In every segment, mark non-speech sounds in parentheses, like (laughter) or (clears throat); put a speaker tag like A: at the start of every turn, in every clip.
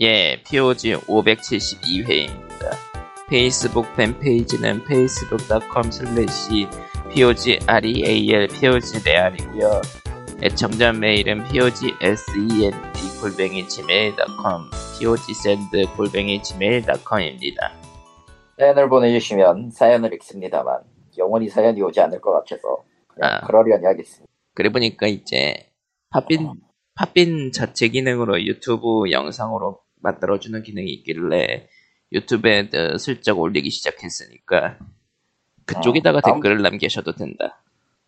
A: 예, POG 572회입니다. 페이스북 팬페이지는 facebook.com slash pogreal pogreal이고요. 애청자 메일은 pogsend 골뱅이 gmail.com pogsend 골뱅이 gmailcom입니다.
B: 사연을 보내주시면 사연을 읽습니다만 영원히 사연이 오지 않을 것 같아서 그냥
A: 아.
B: 그러려니 하겠습니다.
A: 그래 보니까 이제 팝빈 팝빈 자체 기능으로 유튜브 영상으로 만들어주는 기능이 있길래 유튜브에 어, 슬쩍 올리기 시작했으니까 그쪽에다가
B: 아,
A: 댓글을 남기셔도 된다.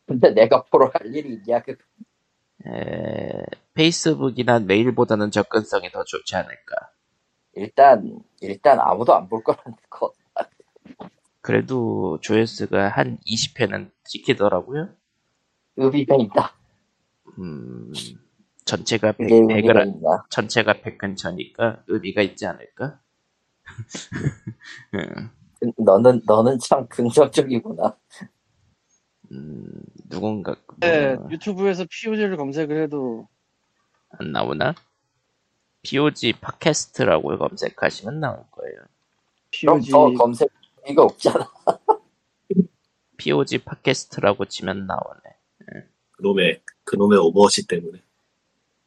B: 근데 내가 보러 갈 일이 있냐 그
A: 에, 페이스북이나 메일보다는 접근성이 더 좋지 않을까.
B: 일단 일단 아무도 안 볼 거라는 거
A: 그래도 조회수가 한 20회는 찍히더라고요.
B: 의미가 있다.
A: 음, 전체가
B: 그게
A: 100,
B: 의미가
A: 100을,
B: 있나?
A: 전체가 100 근처니까 의미가 있지 않을까? (laughs) 음.
B: 그- 너는 너는 참 긍정적이구나.
A: 음, 누군가
C: 네,
A: 뭐,
C: 유튜브에서 POG를 검색을 해도
A: 안 나오나? POG 팟캐스트라고 검색하시면 나올 거예요.
B: 그럼
C: POG
B: 더 검색 의미가 없잖아.
A: POG 팟캐스트라고 치면 나오네.
D: 그놈의 그놈의 오버워치 때문에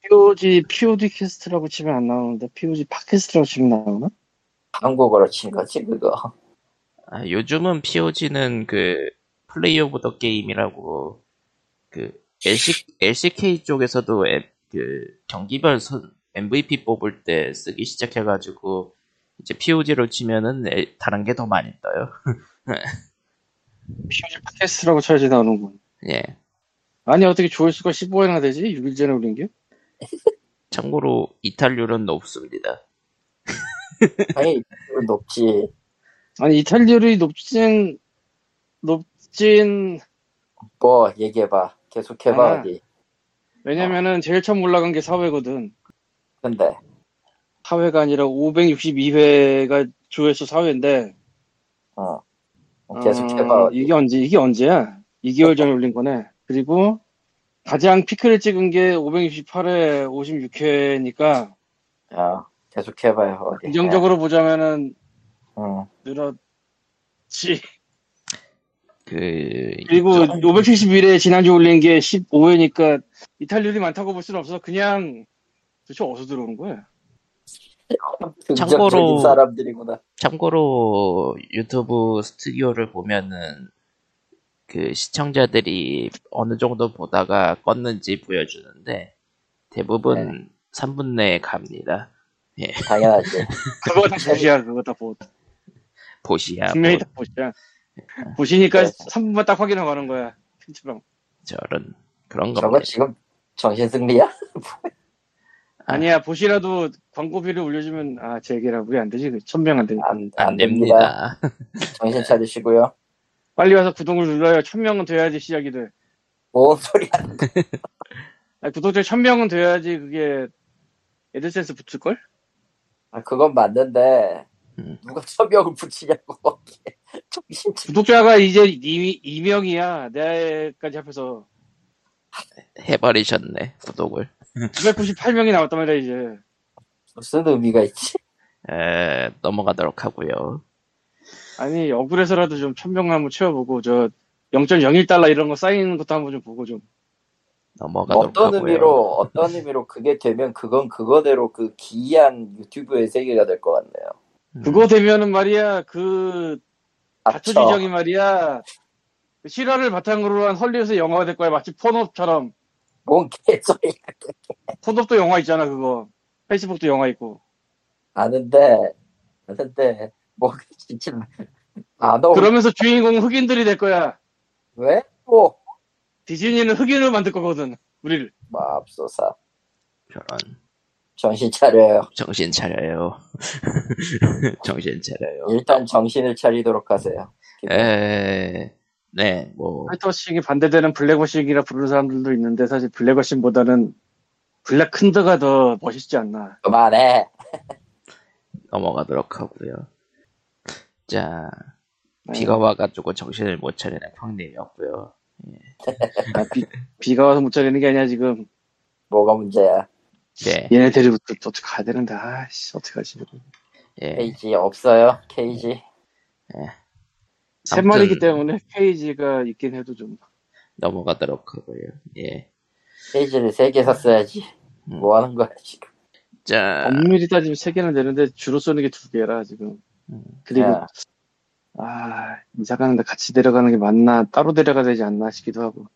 C: POG POG 캐스트라고 치면 안 나오는데 POG 팟캐스트라고 치면 나오나?
B: 한국어로 친 거지 그거.
A: 아, 요즘은 POG는 그 플레이 오브 더 게임이라고 그 LC, LCK 쪽에서도 앱- 그 경기별 선, MVP 뽑을 때 쓰기 시작해가지고 이제 POG로 치면은 에- 다른 게 더 많이 떠요.
C: POG 팟캐스트라고 쳐야지 나오는군.
A: 예.
C: 아니 어떻게 조회수가 15회나 되지? 6일 전에 올린 게?
A: 참고로 이탈률은 높습니다.
B: 아니 높지.
C: 아니 이탈리아이 높진 높진
B: 뭐 얘기해봐. 계속해봐
C: 아.
B: 어디.
C: 왜냐면은 제일 처음 올라간 게 4회거든.
B: 근데
C: 4회가 아니라 562회가 조회수 4회인데
B: 어 계속해봐. 어디.
C: 아, 이게 언제 이게 언제야? 2개월 전에 올린 거네. 그리고 가장 피크를 찍은 게 568회 56회니까
B: 어, 계속해봐요 어디.
C: 긍정적으로 보자면은
B: 응.
C: 늘었지.
B: 네.
A: 그
C: 그리고
A: 이쪽-
B: 그렇죠.
C: 571회 지난주 올린 게 15회니까 이탈률이 많다고 볼 수는 없어. 그냥 도대체 어디서 들어오는 거야?
B: 긍정적인
A: 참고로-
B: 사람들이구나.
A: 참고로 유튜브 스튜디오를 보면은 그 시청자들이 어느 정도 보다가 껐는지 보여주는데 대부분 3분 내에 갑니다.
B: 당연하지.
C: 그거 (laughs) 다 보시야. 그거 다 보.
B: 네,
A: 보시야
C: 분명히
A: 뭐,
C: 다 보시야. 보시니까
B: 네.
C: 3분만 딱 확인하고 가는 거야. 편집방.
A: 저런 (laughs) 그런
B: 저거
A: 겁니다.
B: 지금 정신승리야?
C: 아니야 보시라도 광고비를 올려주면 아제 얘기라 우리 안 되지 그 천명 안 되니
B: 안,
A: 안 됩니다.
B: 정신 차리시고요.
C: 빨리 와서 구독을 눌러요 천명은 돼야지 시작이 돼
B: 뭔 소리야?
C: 아니, 구독자 천명은 돼야지 그게 애드센스 붙을걸?
B: 아, 그건 맞는데
A: 음.
B: 누가 서명을 붙이냐고 (laughs) 거기에. 정신 차
C: 구독자가 이제 2, 이명이야 내까지 합해서
A: (laughs) 해버리셨네 구독을.
C: 298명이 나왔단 말이야 이제
B: 무슨 의미가 있지?
A: 에, 넘어가도록 하고요.
C: 아니 억울해서라도 좀 천명 한번 채워보고 저 0.01달러 이런 거 쌓이는 것도 한번 좀 보고 좀
A: 넘어가도록
B: 어떤
A: 하고요.
B: 의미로 어떤 의미로 그게 되면 그건 그거대로 그 기이한 유튜브의 세계가 될 것 같네요.
A: 음,
C: 그거 되면은 말이야 그
B: 아,
C: 다초 지정이 말이야 그 실화를 바탕으로 한 헐리우드 영화가 될 거야 마치 폰업처럼
B: 뭔 개소리야?
C: 폰업도 영화 있잖아 그거 페이스북도 영화 있고
B: 아는데 아는데 뭐가 (laughs) 진짜 안 어울.
C: 그러면서 주인공은 흑인들이 될 거야
B: 왜? 뭐
C: 디즈니는 흑인을 만들 거거든 우리를
B: 맙소사.
A: 저런
B: 뭐, 정신 차려요.
A: 정신 차려요. (laughs) 정신 차려요.
B: 일단 정신을 차리도록 하세요.
A: 에, 네, 뭐,
C: 화이트워싱이 반대되는 블랙워싱이라 부르는 사람들도 있는데 사실 블랙워싱보다는 블랙큰더가 더 멋있지 않나
B: 그만해.
A: 넘어가도록 하고요. 자,
C: 네.
A: 비가 와가지고 정신을 못 차리는 형님이었고요.
C: 아, 비, 비가 와서 못 자리는 게 아니야 지금
B: 뭐가 문제야?
A: 예,
C: 얘네 데리고부터 어떻게 가야 되는데 아씨 어떡하지
A: 예.
B: KG 없어요. KG.
C: 세 마리기 때문에 페이지가 있긴 해도 좀
A: 넘어가도록 하고요. 예.
B: KG를 3개 샀어야지.
A: 음.
B: 뭐 하는 거야, 지금.
A: 자,
C: 엄밀히 따지면 세 개는 되는데 주로 쏘는 게 두 개라 지금
A: 음.
C: 그리고
B: 야.
C: 아 이사 가는데 같이 데려가는 게 맞나 따로 데려가야 되지 않나 싶기도 하고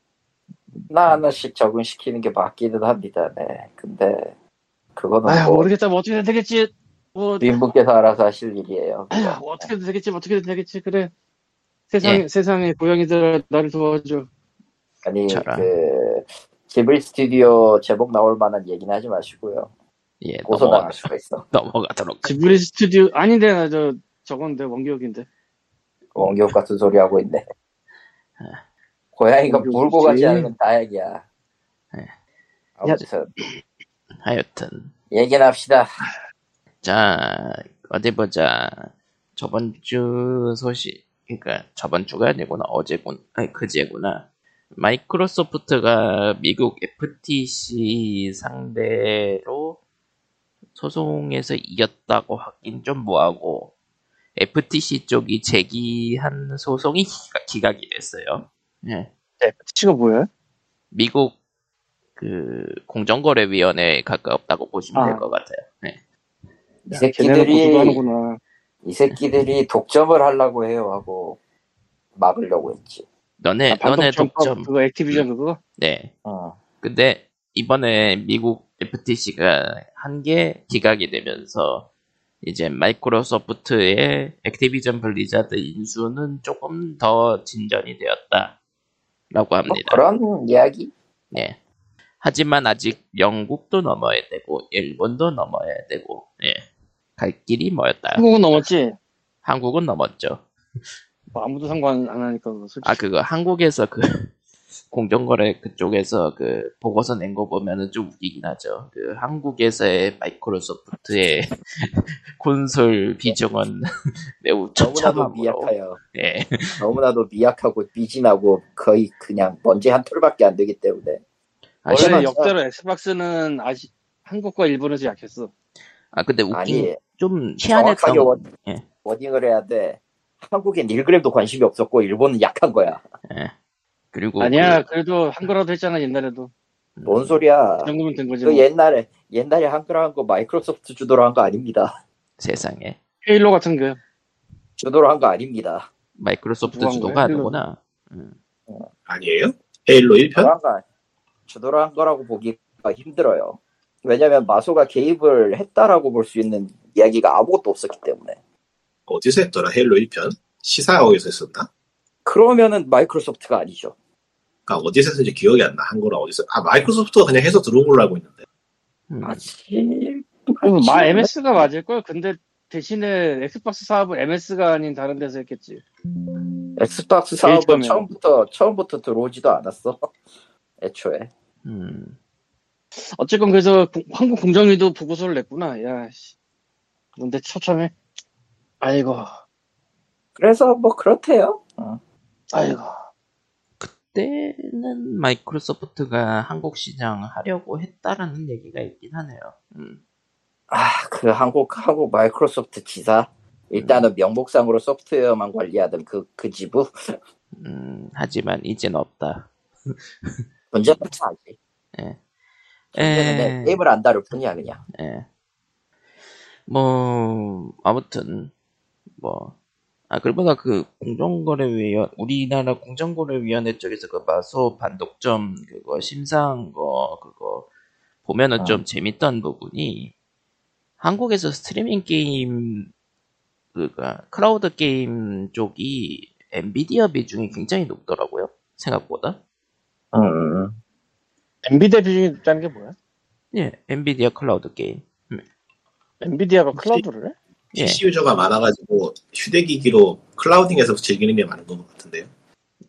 B: 나 하나씩 적응시키는 게 맞기는 합니다. 네. 근데,
A: 어.
B: 그거는
C: 아휴
B: 뭐,
C: 모르겠다 뭐 어떻게든 되겠지 뭐
B: 주인분께서 알아서 하실 일이에요.
C: 아휴 예. 어떻게든 되겠지 뭐 어떻게든 되겠지 그래 세상에 세상에 고양이들아 나를 도와줘
B: 아니,
A: 저런.
B: 그, 지브리 스튜디오 제목 나올 만한 얘기는 하지 마시고요.
A: 예,
B: 고소
A: 넘어가,
B: 나갈 수가 있어.
A: 넘어가도록.
C: 지브리 스튜디오 아닌데 나 저 저건데 원기옥인데
B: 원기옥 같은 소리 하고 있네. 고양이가
C: 아. 원기옥이지.
B: 물고 가지 않으면 다행이야.
A: 네.
B: 아무튼,
A: 하여튼.
B: 얘기는 합시다.
A: 자, 어디 보자. 저번 주 소식, 그러니까 저번 주가 아니구나, 어제군, 아니 그제구나. 마이크로소프트가 미국 FTC 상대로 소송에서 이겼다고 하긴 좀 뭐하고, FTC 쪽이 제기한 소송이 기각, 이 됐어요. 예.
C: FTC가 뭐야?
A: 미국 그 공정거래위원회에 가깝다고 보시면
C: 아.
A: 될 것 같아요. 예.
B: 이
C: 야, 걔네가
B: 새끼들이-
C: 고소도 하는구나
B: 이 새끼들이 독점을 하려고 해요 하고 막으려고 했지.
A: 너네,
C: 아,
A: 너네
C: 방금
A: 독점.
C: 전법 그거 액티비전 그거?
A: 네.
B: 어.
A: 근데 이번에 미국 FTC가 한 게 기각이 되면서 이제 마이크로소프트의 액티비전 블리자드 인수는 조금 더 진전이 되었다. 라고
B: 뭐
A: 합니다.
B: 그런 이야기?
A: 예. 하지만 아직 영국도 넘어야 되고, 일본도 넘어야 되고, 예. 갈 길이 뭐였다.
C: 한국은 넘었지?
A: 한국은 넘었죠.
C: 뭐 아무도 상관 안 하니까 그거 솔직히
A: 아, 그거 한국에서 그 (laughs) 공정거래 그쪽에서 그 보고서 낸 거 보면은 좀 웃기긴 하죠. 그 한국에서의 마이크로소프트의 (laughs) 콘솔 비중은 (laughs) 매우
B: 너무나도
A: 처참함으로
B: 미약하여
A: 예,
B: 너무나도 미약하고 미진하고 거의 그냥 먼지 한 톨밖에 안 되기 때문에
C: 원래
A: 아시만
B: 원래는-
C: 역대로 엑스박스는 아시, 한국과 일본에서 약했어.
A: 아 근데 웃긴
B: 아니
A: 좀 희한했던
B: 정확하게 원,
A: 예.
B: 워딩을 해야 돼. 한국엔 1그램도 관심이 없었고 일본은 약한 거야.
A: 예. 그리고
C: 아니야, 그래도 한글화도 했잖아, 옛날에도.
A: 그-
B: 뭔 소리야?
C: 그 정도면 된 거지.
B: 그
C: 뭐.
B: 옛날에 옛날에 한글화 한거 마이크로소프트 주도로 한 거 아닙니다.
A: 세상에
C: 헤일로 같은 그. 거.
B: 주도로 한 거 아닙니다.
A: 마이크로소프트
C: 누가 한
A: 주도가
C: 거야?
A: 아니구나.
D: 아니에요? 헤일로 1편?
B: 주도로 한 거- 주도로 한 거라고 보기가 힘들어요. 왜냐면 마소가 개입을 했다라고 볼 수 있는 이야기가 아무것도 없었기 때문에.
D: 어디서 했더라? 헤일로 1편? 시사역에서 했었나?
B: 그러면은 마이크로소프트가 아니죠.
D: 그러니까 어디서 했는지 기억이 안 나. 한거랑 어디서. 아, 마이크로소프트가 그냥 해서 들어온 걸로 알고 있는데.
A: 음,
B: 아침.
C: 그리고 마 MS가 맞을 걸. 근데 대신에 엑스박스 사업을 MS가 아닌 다른 데서 했겠지.
B: 엑스박스 사업은
C: 일점이요.
B: 처음부터 처음부터 들어오지도 않았어. (laughs) 애초에.
A: 음.
C: 어쨌건 그래서 구- 한국 공정위도 보고서를 냈구나. 야, 씨. 근데 처참해. 아이고,
B: 그래서 뭐 그렇대요. 어.
C: 아이고.
A: 그때는 마이크로소프트가 한국 시장 하려고 했다라는 얘기가 있긴 하네요. 음.
B: 아, 그 한국 한국 마이크로소프트 지사 일단은 명목상으로 소프트웨어만 관리하던 그 그 지부
A: 음, 하지만 이젠 없다.
B: 문제는 하지.
A: 에,
B: 문제는 네 게임을 안 다룰 뿐이야 그냥.
A: 예. 뭐, 아무튼, 뭐. 아, 그러다가 그, 공정거래위원, 우리나라 공정거래위원회 쪽에서 그 마소 반독점 그거 심사한 거, 그거, 보면은
B: 어.
A: 좀 재밌던 부분이, 한국에서 스트리밍 게임, 그니까, 클라우드 게임 쪽이 엔비디아 비중이 굉장히 높더라고요. 생각보다.
B: 음.
C: 엔비디아 비중이 높다는 게 뭐야?
A: 예, 엔비디아 클라우드 게임.
C: 엔비디아가 클라우드를 해?
A: 예.
D: PC 유저가 많아가지고 휴대기기로 클라우딩에서 즐기는 게 많은 것 같은데요.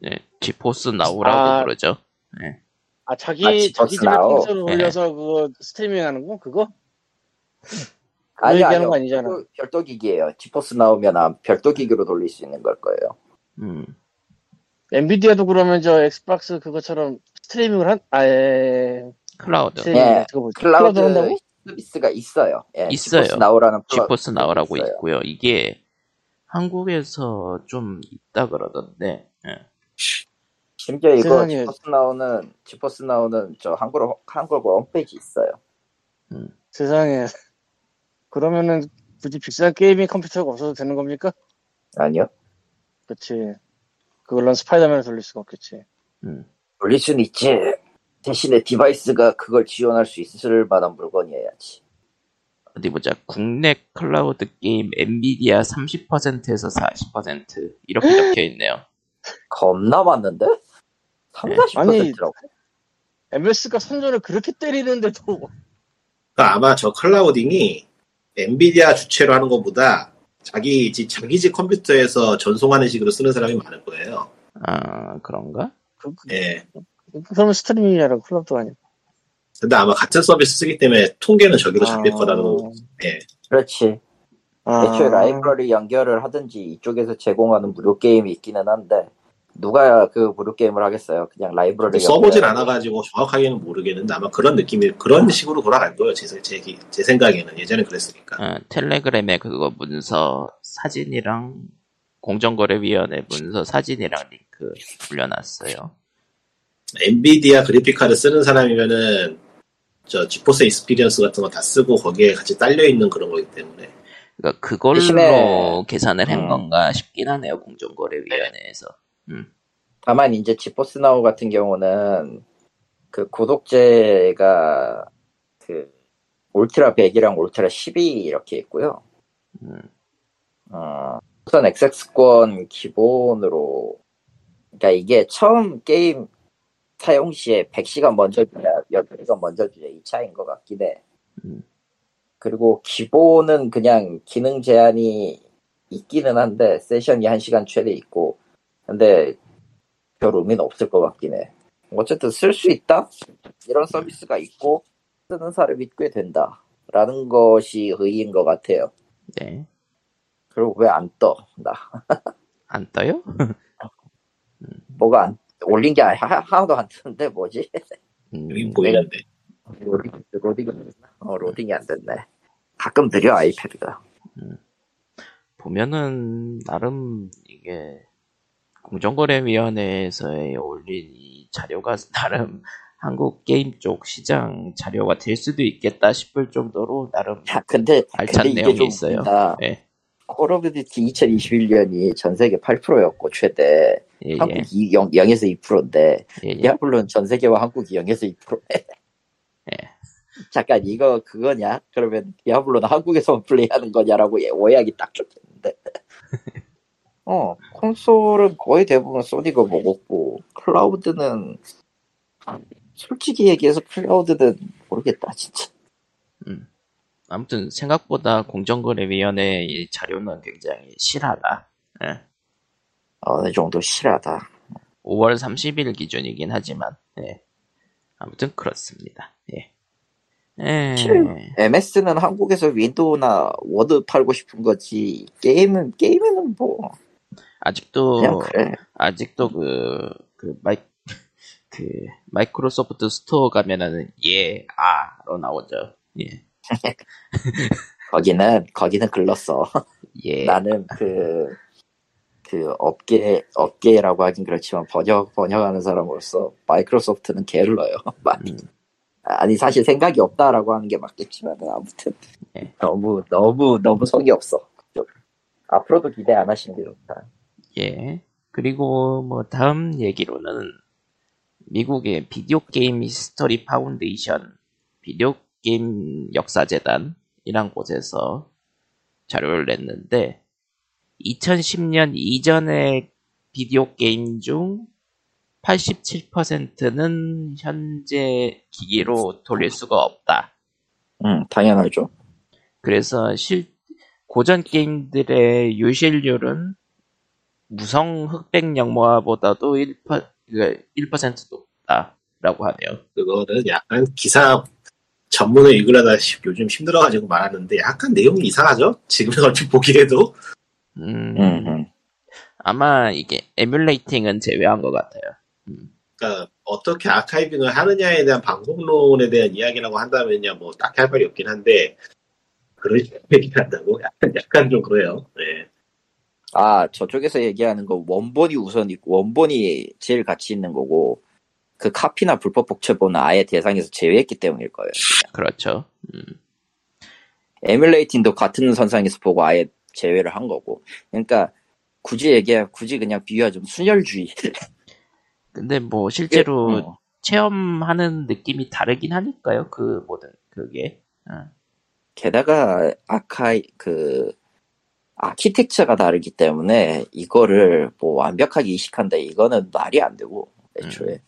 A: 예, 지포스 나오라고
C: 아.
A: 그러죠.
C: 아, 자기,
B: 아,
C: 자기 집에
B: 지퍼스나우. 네.
C: 콘솔
A: 예.
C: 올려서 그거 스트리밍 하는 거? 그거? 그
B: 아니
C: 얘기하는
B: 아니요.
C: 거 아니잖아.
B: 그 별도 기기예요. 지포스 나오면 아, 별도 기기로 돌릴 수 있는 걸 거예요.
A: 음.
C: 엔비디아도 그러면 저 엑스박스 그것처럼 스트리밍을 한 아예
A: 클라우드.
C: 스트리밍
B: 예,
C: 그거 뭐지?
B: 클라우드 네.
C: 클라우드 한다고?
B: 서비스가 있어요. 예,
A: 있어요.
B: 지포스 나오라는 플러-
A: 지포스 나오라고
B: 있어요.
A: 있고요. 이게 한국에서 좀 있다 그러던데. 예.
B: 심지어 이거
C: 세상에.
B: 지포스 나오는 지포스 나오는 저 한글 한글 홈페이지 있어요.
C: 세상에. 그러면은 굳이 비싼 게이밍 컴퓨터가 없어도 되는 겁니까?
B: 아니요.
C: 그치. 그걸로는 스파이더맨을 돌릴 수가 없겠지.
A: 음.
B: 돌릴 순 있지. 대신에 디바이스가 그걸 지원할 수 있을 만한 물건이어야지.
A: 어디 보자. 국내 클라우드 게임 엔비디아 30%에서 40%
B: (gasps)
A: 이렇게 적혀 있네요.
B: 겁나 많는데? 3,
A: 네.
B: 40%라고.
C: MS가 선전을 그렇게 때리는데도
D: 그러니까 아마 저 클라우딩이 엔비디아 주체로 하는 것보다 자기 집, 자기 집 컴퓨터에서 전송하는 식으로 쓰는 사람이 많을 거예요.
A: 아 그런가?
C: (laughs) 그, 그,
D: 예.
C: 그러면 스트리밍이라고 클럽도 아니고.
D: 근데 아마 같은 서비스 쓰기 때문에 통계는 저기로 잡힐 그렇죠. 거라고. 예.
B: 그렇지.
C: 아,
B: 아. 애초에 라이브러리 연결을 하든지 이쪽에서 제공하는 무료 게임이 있기는 한데 누가 그 무료 게임을 하겠어요? 그냥 라이브러리
D: 써보진
B: 연결.
D: 않아가지고 정확하게는 모르겠는데 아마 그런 느낌이 그런 식으로 돌아갈 거예요. 제, 생- 제, 기- 제 생각에는 예전에 그랬으니까.
A: 아, 텔레그램에 그거 문서 사진이랑 공정거래위원회 문서 사진이랑 링크 올려놨어요.
D: 엔비디아 그래픽 카드 쓰는 사람이면은 저 지포스 익스피리언스 같은 거 다 쓰고 거기에 같이 딸려 있는 그런 거기 때문에
A: 그러니까 그걸로
B: 대신에-
A: 계산을 한
B: 음.
A: 건가 싶긴 하네요. 공정거래위원회에서.
B: 다만 이제 지포스나우 같은 경우는 그 구독제가 그 울트라 100이랑 울트라 10이 이렇게 있고요.
A: 음.
B: 어, 우선 엑세스권 기본으로 그러니까 이게 처음 게임 사용 시에 100시간 먼저 주냐 10시간 먼저 주냐 이 차이인 것 같긴 해.
A: 음.
B: 그리고 기본은 그냥 기능 제한이 있기는 한데 세션이 1시간 최대 있고 근데 별 의미는 없을 것 같긴 해. 어쨌든 쓸 수 있다? 이런 서비스가 있고 쓰는 사람이 꽤 된다. 라는 것이 의의인 것 같아요.
A: 네.
B: 그리고 왜 안 떠? 나
A: 안 떠요?
B: 뭐가 안 올린 게 하, 하나도 안 뜨는데 뭐지?
A: (laughs) 음,
D: 여기 보이는데
B: 로딩, 로딩, 어, 로딩이 안 됐네. 가끔 느려 아이패드가.
A: 보면은 나름 이게 공정거래위원회에서의 올린 이 자료가 (laughs) 나름 한국 게임 쪽 시장 자료가 될 수도 있겠다 싶을 정도로 나름
B: 야, 근데
A: 알찬
B: 근데 이게
A: 내용이
B: 좀
A: 있어요.
B: 웃긴다.
A: 예,
B: 콜 오브 듀티 2021년이 전 세계 8%였고 최대
A: 예,
B: 한국
A: 예,
B: 2, 0, 0에서 2%인데
A: 예, 예.
B: 디아블로는 전 세계와 한국이 0에서 (laughs) 2%에.
A: 예.
B: 잠깐, 이거 그거냐? 그러면 디아블로는 한국에서만 플레이하는 거냐라고 예, 오해하기 딱 좋겠는데. (laughs) 어, 콘솔은 거의 대부분 소니가 먹었고, 뭐 클라우드는, 솔직히 얘기해서 클라우드는 모르겠다, 진짜.
A: 아무튼 생각보다 공정거래위원회의 이 자료는 굉장히 실하다. 예.
B: 아, 어느 정도 실하다.
A: 5월 30일 기준이긴 하지만 예. 아무튼 그렇습니다. 예. 예.
B: 실- MS는 한국에서 윈도우나 워드 팔고 싶은 거지, 게임은, 게임에는 뭐, 그냥
A: 아직도
B: 그래.
A: 아직도 그, 그, 마이, 그, 마이크로소프트 스토어 가면은, 예, 아, 로 나오죠. 예,
B: 거기는, 거기는 글렀어.
A: 예.
B: 나는 그, 그 업계, 업계라고 하긴 그렇지만 번역, 번역하는 사람으로서 마이크로소프트는 게을러요. (laughs) 많이.
A: 음.
B: 아니, 사실 생각이 없다라고 하는 게 맞겠지만, 아무튼.
A: 네.
B: 너무, 너무, 너무 성의 없어. 좀. 앞으로도 기대 안 하시는 게 좋다.
A: 예. 그리고 뭐, 다음 얘기로는, 미국의 비디오 게임 히스토리 파운데이션, 비디오 게임 역사재단이란 곳에서 자료를 냈는데, 2010년 이전의 비디오 게임 중 87%는 현재 기기로 돌릴 수가 없다.
B: 응, 당연하죠.
A: 그래서 실 고전 게임들의 유실률은 무성 흑백 영화보다도 1%, 그러니까 1% 높다라고 하네요.
D: 그거는 약간 기사 전문을 읽으려다 시- 요즘 힘들어가지고 말하는데 약간 내용이 이상하죠? 지금 얼핏 보기에도
A: 음,
B: 응, 응.
A: 아마 이게 에뮬레이팅은 제외한 것 같아요.
D: 그러니까 어떻게 아카이빙을 하느냐에 대한 방법론에 대한 이야기라고 한다면요, 뭐 딱히 할 말이 없긴 한데 그런 식으로 얘기한다고 약간, 약간 좀 그래요. 네.
B: 아, 저쪽에서 얘기하는 거 원본이 우선 있고, 원본이 제일 가치 있는 거고, 그 카피나 불법 복제본은 아예 대상에서 제외했기 때문일 거예요.
A: 그렇죠. 음.
B: 에뮬레이팅도 같은 선상에서 보고 아예 제외를 한 거고. 그러니까, 굳이 얘기해, 굳이 그냥 비유하자면 순혈주의.
A: 근데 뭐 실제로
B: 어.
A: 체험하는 느낌이 다르긴 하니까요. 그 뭐든 그게. 어.
B: 게다가 아카이 그 아키텍처가 다르기 때문에 이거를 뭐 완벽하게 이식한다 이거는 말이 안 되고 애초에
A: 음.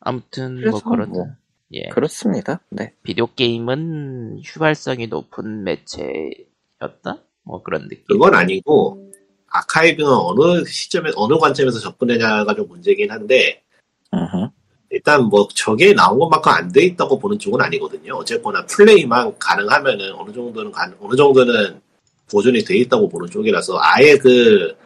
A: 아무튼 뭐
B: 그래서
A: 그런
B: 뭐.
A: 예
B: 그렇습니다. 네,
A: 비디오 게임은 휘발성이 높은 매체였다. 뭐 그런 느낌.
D: 그건 아니고 아카이빙은 어느 시점에 어느 관점에서 접근하냐가 좀 문제긴 한데
B: 음흠.
D: 일단 뭐 저게 나온 것만큼 안 돼 있다고 보는 쪽은 아니거든요. 어쨌거나 플레이만 가능하면은 어느 정도는 가- 어느 정도는 보존이 돼 있다고 보는 쪽이라서 아예 그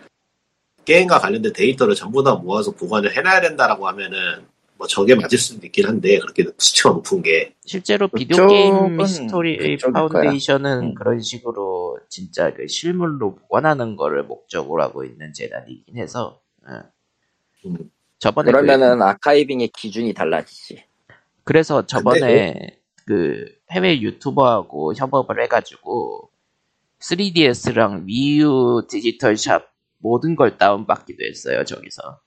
D: 게임과 관련된 데이터를 전부 다 모아서 보관을 해놔야 된다라고 하면은 뭐 저게 맞을 수도 있긴 한데 그렇게 수치가 높은 게
A: 실제로 비디오
B: 그쪽은
A: 게임 히스토리의
B: 그쪽일
A: 파운데이션은
B: 거야. 음.
A: 그런 식으로 진짜 그 실물로 보관하는 거를 목적으로 하고 있는 재단이긴 해서 예.
D: 음.
A: 저번에 그-
B: 그러면은 아카이빙의 기준이 달라지지.
A: 그래서 저번에 그 해외 유튜버하고 협업을 해가지고 3DS랑 위유 디지털샵 모든 걸 다운받기도 했어요 저기서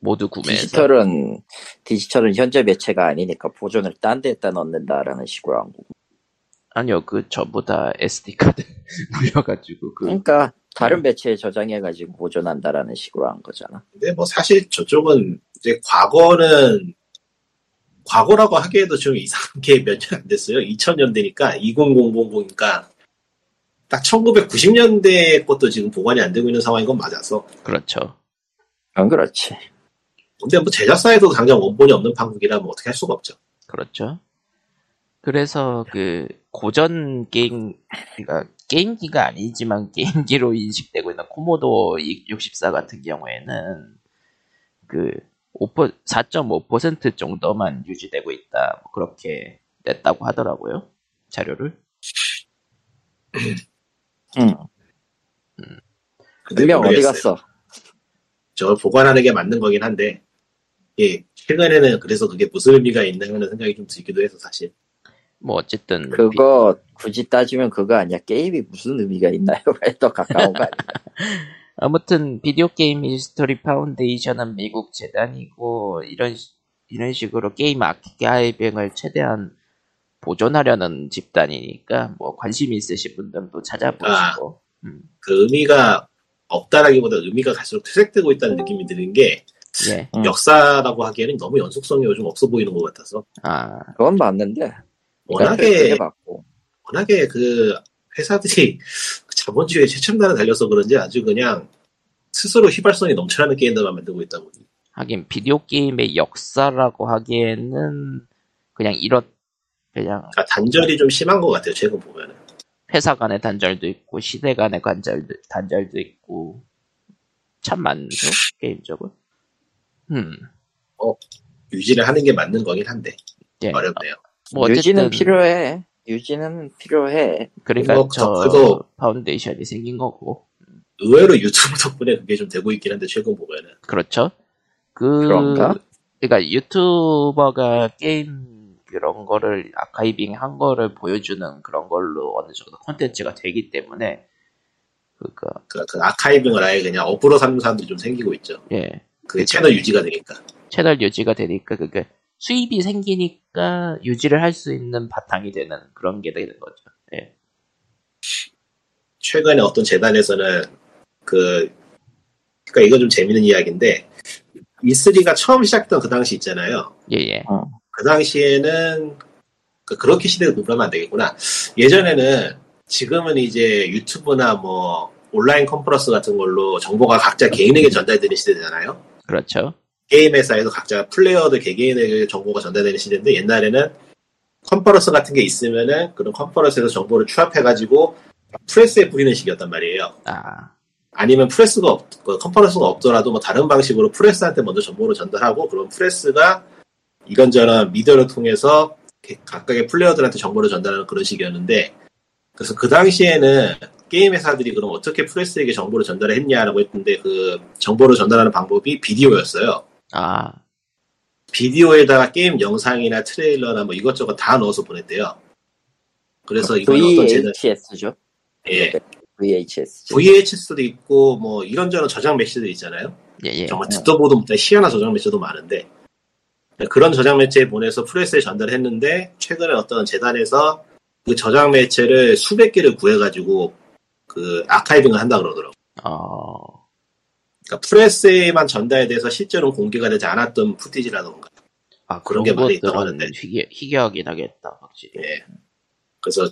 A: 모두 구매해서
B: 디지털은 디지털은 현재 매체가 아니니까 보존을 딴 데에다 넣는다라는 식으로 한 거고.
A: 아니요 그 전부 다 SD 카드 (laughs) 올려가지고 그
B: 그러니까
D: 네.
B: 다른 매체에 저장해가지고 보존한다라는 식으로 한 거잖아.
D: 근데 뭐 사실 저쪽은 이제 과거는 과거라고 하기에도 좀 이상한 게 몇 년 안 됐어요. 2000년대니까 20000이니까 딱 1990년대 것도 지금 보관이 안 되고 있는 상황인 건 맞아서.
A: 그렇죠
B: 안
D: 네,
B: 그렇지.
D: 근데 뭐 제작사에도 당장 원본이 없는 판국이라 뭐 어떻게 할 수가 없죠.
A: 그렇죠 그래서 그 고전 게임 그러니까 게임기가 아니지만 게임기로 인식되고 있는 코모도 64 같은 경우에는 그 4.5% 정도만 유지되고 있다 뭐 그렇게 냈다고 하더라고요 자료를
B: 응.
D: 근데
B: 분명 어디
D: 모르겠어요.
B: 갔어?
D: 저걸 보관하는 게 맞는 거긴 한데 예 최근에는 그래서 그게 무슨 의미가 있나 하는 생각이 좀 들기도 해서 사실
A: 뭐 어쨌든
D: 네.
B: 그거 굳이 따지면 그거 아니야. 게임이 무슨 의미가 있나요? (laughs) 더 가까운 거 아니야.
A: 아무튼 비디오 게임 히스토리 파운데이션은 미국 재단이고 이런 시- 이런 식으로 게임 아카이빙을 최대한 보존하려는 집단이니까 뭐 관심 있으신 분들은 또 찾아보시고 음,
D: 그 의미가 없다라기보다 의미가 갈수록 퇴색되고 있다는 느낌이 드는 게
A: 예,
B: 음.
D: 역사라고 하기에는 너무 연속성이 요즘 없어 보이는 것 같아서
A: 아
B: 그건 맞는데. 그러니까 그게
D: 워낙에
B: 맞고.
D: 워낙에 그 회사들이 (laughs) 자본주의 최첨단에 달려서 그런지 아주 그냥 스스로 휘발성이 넘쳐나는 게임들만 만들고 있다 보니
A: 하긴 비디오 게임의 역사라고 하기에는 그냥 이렇 그냥
D: 그러니까 단절이 좀 심한 것 같아요 최근 보면은
A: 회사 간의 단절도 있고 시대 간의 관절도 단절도 있고 참 많죠 게임적으로 음
D: 유지를 하는 게 맞는 거긴 한데
A: 예.
D: 어렵네요
A: 뭐
B: 유지는
A: 어쨌든
B: 필요해. 유지는 필요해.
A: 그러니까
D: 그거-
A: 저
D: 그거-
A: 파운데이션이 생긴 거고
D: 의외로 유튜브 덕분에 그게 좀 되고 있긴 한데 최근 보면은
A: 그렇죠 그
B: 그런가?
A: 러니까 유튜버가 게임 그런 거를 아카이빙 한 거를 보여주는 그런 걸로 어느 정도 콘텐츠가 되기 때문에 그러니까
D: 그, 그 아카이빙을 아예 그냥 업으로 삼는 사람들이 좀 생기고 있죠
A: 예
D: 그게 채널 유지가 되니까
A: 채널 유지가 되니까 그게 수입이 생기니까 유지를 할 수 있는 바탕이 되는 그런 게 되는 거죠 예
D: 최근에 어떤 재단에서는 그 그러니까 이거 좀 재밌는 이야기인데 E3가 처음 시작했던 그 당시 있잖아요
A: 예, 예.
D: 그 당시에는 그- 그렇게 시대를 구분하면 안 되겠구나. 예전에는 지금은 이제 유튜브나 뭐 온라인 컨퍼런스 같은 걸로 정보가 각자 개인에게 전달되는 시대잖아요.
A: 그렇죠
D: 게임 회사에서 각자 플레이어들 개개인에게 정보가 전달되는 시대인데 옛날에는 컨퍼런스 같은 게 있으면은 그런 컨퍼런스에서 정보를 취합해가지고 프레스에 뿌리는 식이었단 말이에요.
A: 아
D: 아니면 프레스가 없, 그 컨퍼런스가 없더라도 뭐 다른 방식으로 프레스한테 먼저 정보를 전달하고 그럼 프레스가 이런저런 미디어를 통해서 개- 각각의 플레이어들한테 정보를 전달하는 그런 식이었는데 그래서 그 당시에는 게임 회사들이 그럼 어떻게 프레스에게 정보를 전달했냐라고 했는데 그 정보를 전달하는 방법이 비디오였어요.
A: 아,
D: 비디오에다가 게임 영상이나 트레일러나 뭐 이것저것 다 넣어서 보냈대요.
B: 아,
D: 그래서 뭐 이건 어떤 제작,
B: VHS죠.
D: 예,
B: VHS죠.
D: VHS도 있고 뭐 이런저런 저장 매체들 있잖아요.
A: 예, 예.
D: 정말 듣도 보도 못한 희한한 저장 매체도 많은데 네, 그런 저장 매체에 보내서 프레스에 전달했는데 최근에 어떤 재단에서 그 저장 매체를 수백 개를 구해가지고 그 아카이빙을 한다 그러더라고.
A: 어,
D: 그러니까 프레스에만 전달돼서 실제로 공개가 되지 않았던 푸티지라던가.
A: 아,
D: 그런
A: 그런,
D: 게 많이 있다고
A: 것들은
D: 하는데.
A: 희귀, 희귀하긴 하겠다, 확실히.
D: 예. 그래서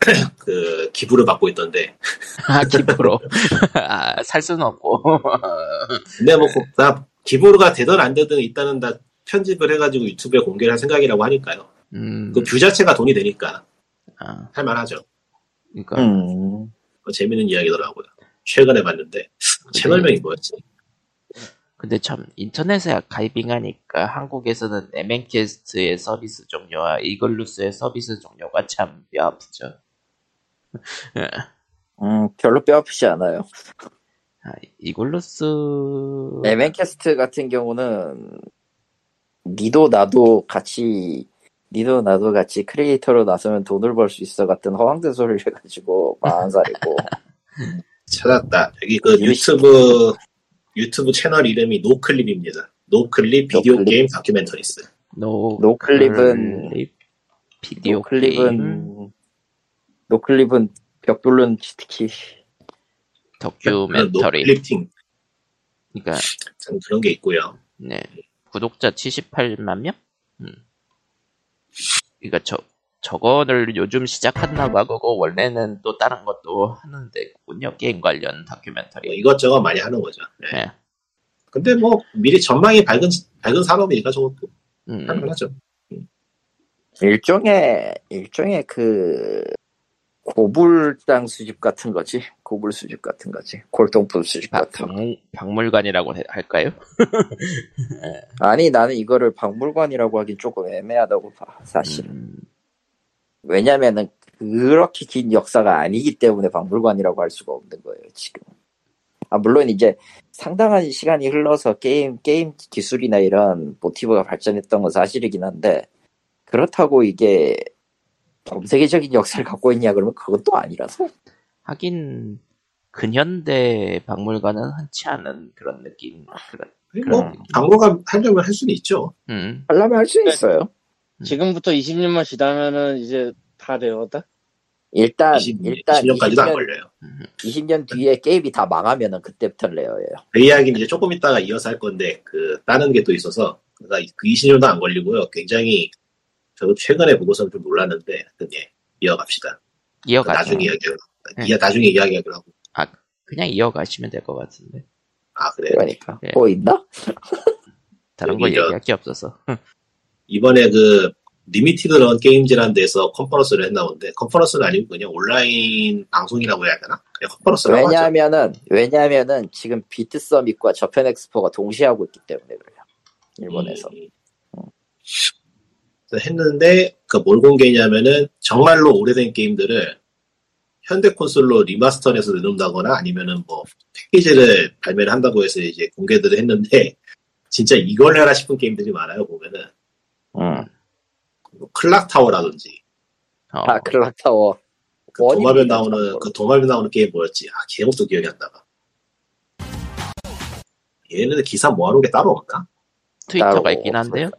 D: (clears throat) 그 기부를 받고 있던데
A: 아, 기프로. (laughs) 아, 살 수는 없고. (laughs)
D: 근데 뭐, 그- 나 기부가 되든 안 되든 일단은 다 편집을 해가지고 유튜브에 공개할 를 생각이라고 하니까요.
A: 음,
D: 그 뷰 자체가 돈이 되니까
A: 아,
D: 할만하죠.
A: 그러니까
B: 음.
D: 그거 재밌는 이야기더라고요. 최근에 봤는데 채널명이 뭐였지?
A: 근데 참 인터넷에 가입빙하니까 한국에서는 MN캐스트의 서비스 종료와 이글루스의 서비스 종료가 참 뼈 아프죠.
B: 음, 별로 뼈 아프지 않아요.
A: 아, 이글루스
B: MN캐스트 네, 같은 경우는 니도 나도 같이 니도 나도 같이 크리에이터로 나서면 돈을 벌 수 있어 같은 허황된 소리를 해가지고 망한 살이고
D: 찾았다. 여기 그 유튜브 유튜브 채널 이름이 노클립입니다. 노클립 비디오
B: 노클립.
D: 게임 다큐멘터리스.
A: 노
B: 노클립은-
A: 클립 비디오 클립은
B: 노클립은 네, 노클립은 벽 뚫는 치트키
A: 다큐멘터리
D: 노클립팅
A: 그러니까
D: 참 그런 게 있고요.
A: 네 구독자 78만 명? 음. 그러니까 저 저거를 요즘 시작했나 봐 그거 원래는 또 다른 것도 하는데 군요 게임 관련
D: 뭐
A: 다큐멘터리
D: 이것저것 많이 하는 거죠. 네.
A: 네.
D: 근데 뭐 미리 전망이 밝은 밝은 산업이니까 저것도
A: 음.
D: 할만하죠.
B: 일종의 일종의 그 고불당 수집 같은 거지 고불 수집 같은 거지 골동품 수집
A: 박-
B: 같은 거.
A: 아, 박물, 관이라고 할까요? 음.
B: 아니 나는 이거를 박물관이라고 하긴 조금 애매하다고 봐 사실
A: 음,
B: 왜냐면은 그렇게 긴 역사가 아니기 때문에 박물관이라고 할 수가 없는 거예요 지금. 아 물론 이제 상당한 시간이 흘러서 게임 게임 기술이나 이런 모티브가 발전했던 건 사실이긴 한데 그렇다고 이게 전 세계적인 역사를 갖고 있냐 그러면 그건 또 아니라서
A: 하긴 근현대 박물관은 흔치 않은 그런 느낌. 그런.
D: 뭐
A: 그럼.
D: 광고가 하려면 할 수는 있죠.
A: 음.
B: 하려면 할 수
C: 네.
B: 있어요.
C: 지금부터 20년만 지나면은 이제 다 되었다?
B: 일단
D: 20,
B: 아, 일단
D: 20년까지도 안
B: 20년,
D: 걸려요.
B: 20년 뒤에 게임이 다 망하면은 그때부터 레어예요.
D: 그 이야기는 이제 조금 있다가 이어서 할 건데 그 다른 게 또 있어서 그러니까 그 20년도 안 걸리고요. 굉장히 저도 최근에 보고서는 좀 놀랐는데 하여튼 예, 이어갑시다.
A: 이어가죠.
D: 나중에 이야기하고
A: 네.
D: 이야 나중에 이야기하기로 하고
A: 그냥 이어가시면 될 것 같은데.
D: 아 그래 요
B: 그러니까
A: 네.
B: 뭐 있나?
A: 다른 거
D: 여기 저-
A: 얘기할 게 없어서.
D: 이번에 그 리미티드 런 게임즈라는 데서 컨퍼런스를 했나 본데 컨퍼런스는 아니고 그냥 온라인 방송이라고 해야 되나? 그냥 컨퍼런스라고 하죠.
B: 왜냐하면은 왜냐하면은 지금 비트 서밋과 저편 엑스포가 동시에 하고 있기 때문에 그래요. 일본에서 어.
D: 음. 그래서 했는데 그 뭘 공개냐면은 정말로 오래된 게임들을 현대 콘솔로 리마스터해서 내놓는다거나 아니면은 뭐 패키지를 발매를 한다고 해서 이제 공개들을 했는데 진짜 이걸 해라 싶은 게임들이 많아요 보면은
B: 음.
D: 뭐 클락 타워라든지
A: 어,
B: 아 클락타워
D: 그
B: 원인이
D: 도마뱀
B: 있는
D: 나오는
B: 정도로.
D: 그 도마뱀 나오는 게임 뭐였지 아 제목도 기억이 안 나가 얘네들 기사 모아놓은 게 따로 없나
A: 트위터가
B: 따로
A: 있긴 한데요.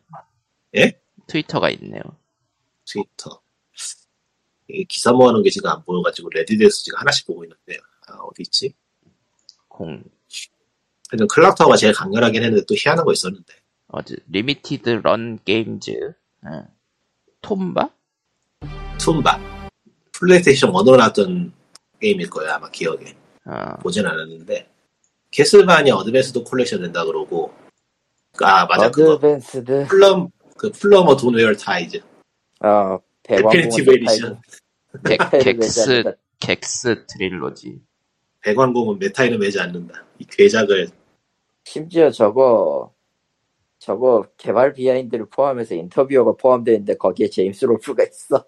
D: 예?
A: 트위터가 있네요.
D: 트위터 이 기사 모아놓은 게 지금 안 보여가지고 레디드에서 지금 하나씩 보고 있는데 아, 어디 있지
A: 공
D: 하여튼 클락타워가 제일 강렬하긴 했는데 또 희한한 거 있었는데
A: 어제 리미티드 런 게임즈 응. 톰바?
D: 툼바 플레이스테이션 1으로 나왔던 게임일 거예요 아마 기억에
A: 어,
D: 보진 않았는데 캐슬바니아 어드밴스도 콜렉션 된다 그러고 아 맞아 그거
B: 어드밴스드
D: 플럼 그 플러머 돈웨어 타이즈
B: 어
D: 데피니티브 에디션
A: 객- 객스
B: 스
A: 객스 트릴로지.
D: 대관공은 메타에는 매지 않는다. 이 괴작을
B: 심지어 저거 저거 개발 비하인드를 포함해서 인터뷰어가 포함되어 있는데 거기에 제임스 롤프가 있어.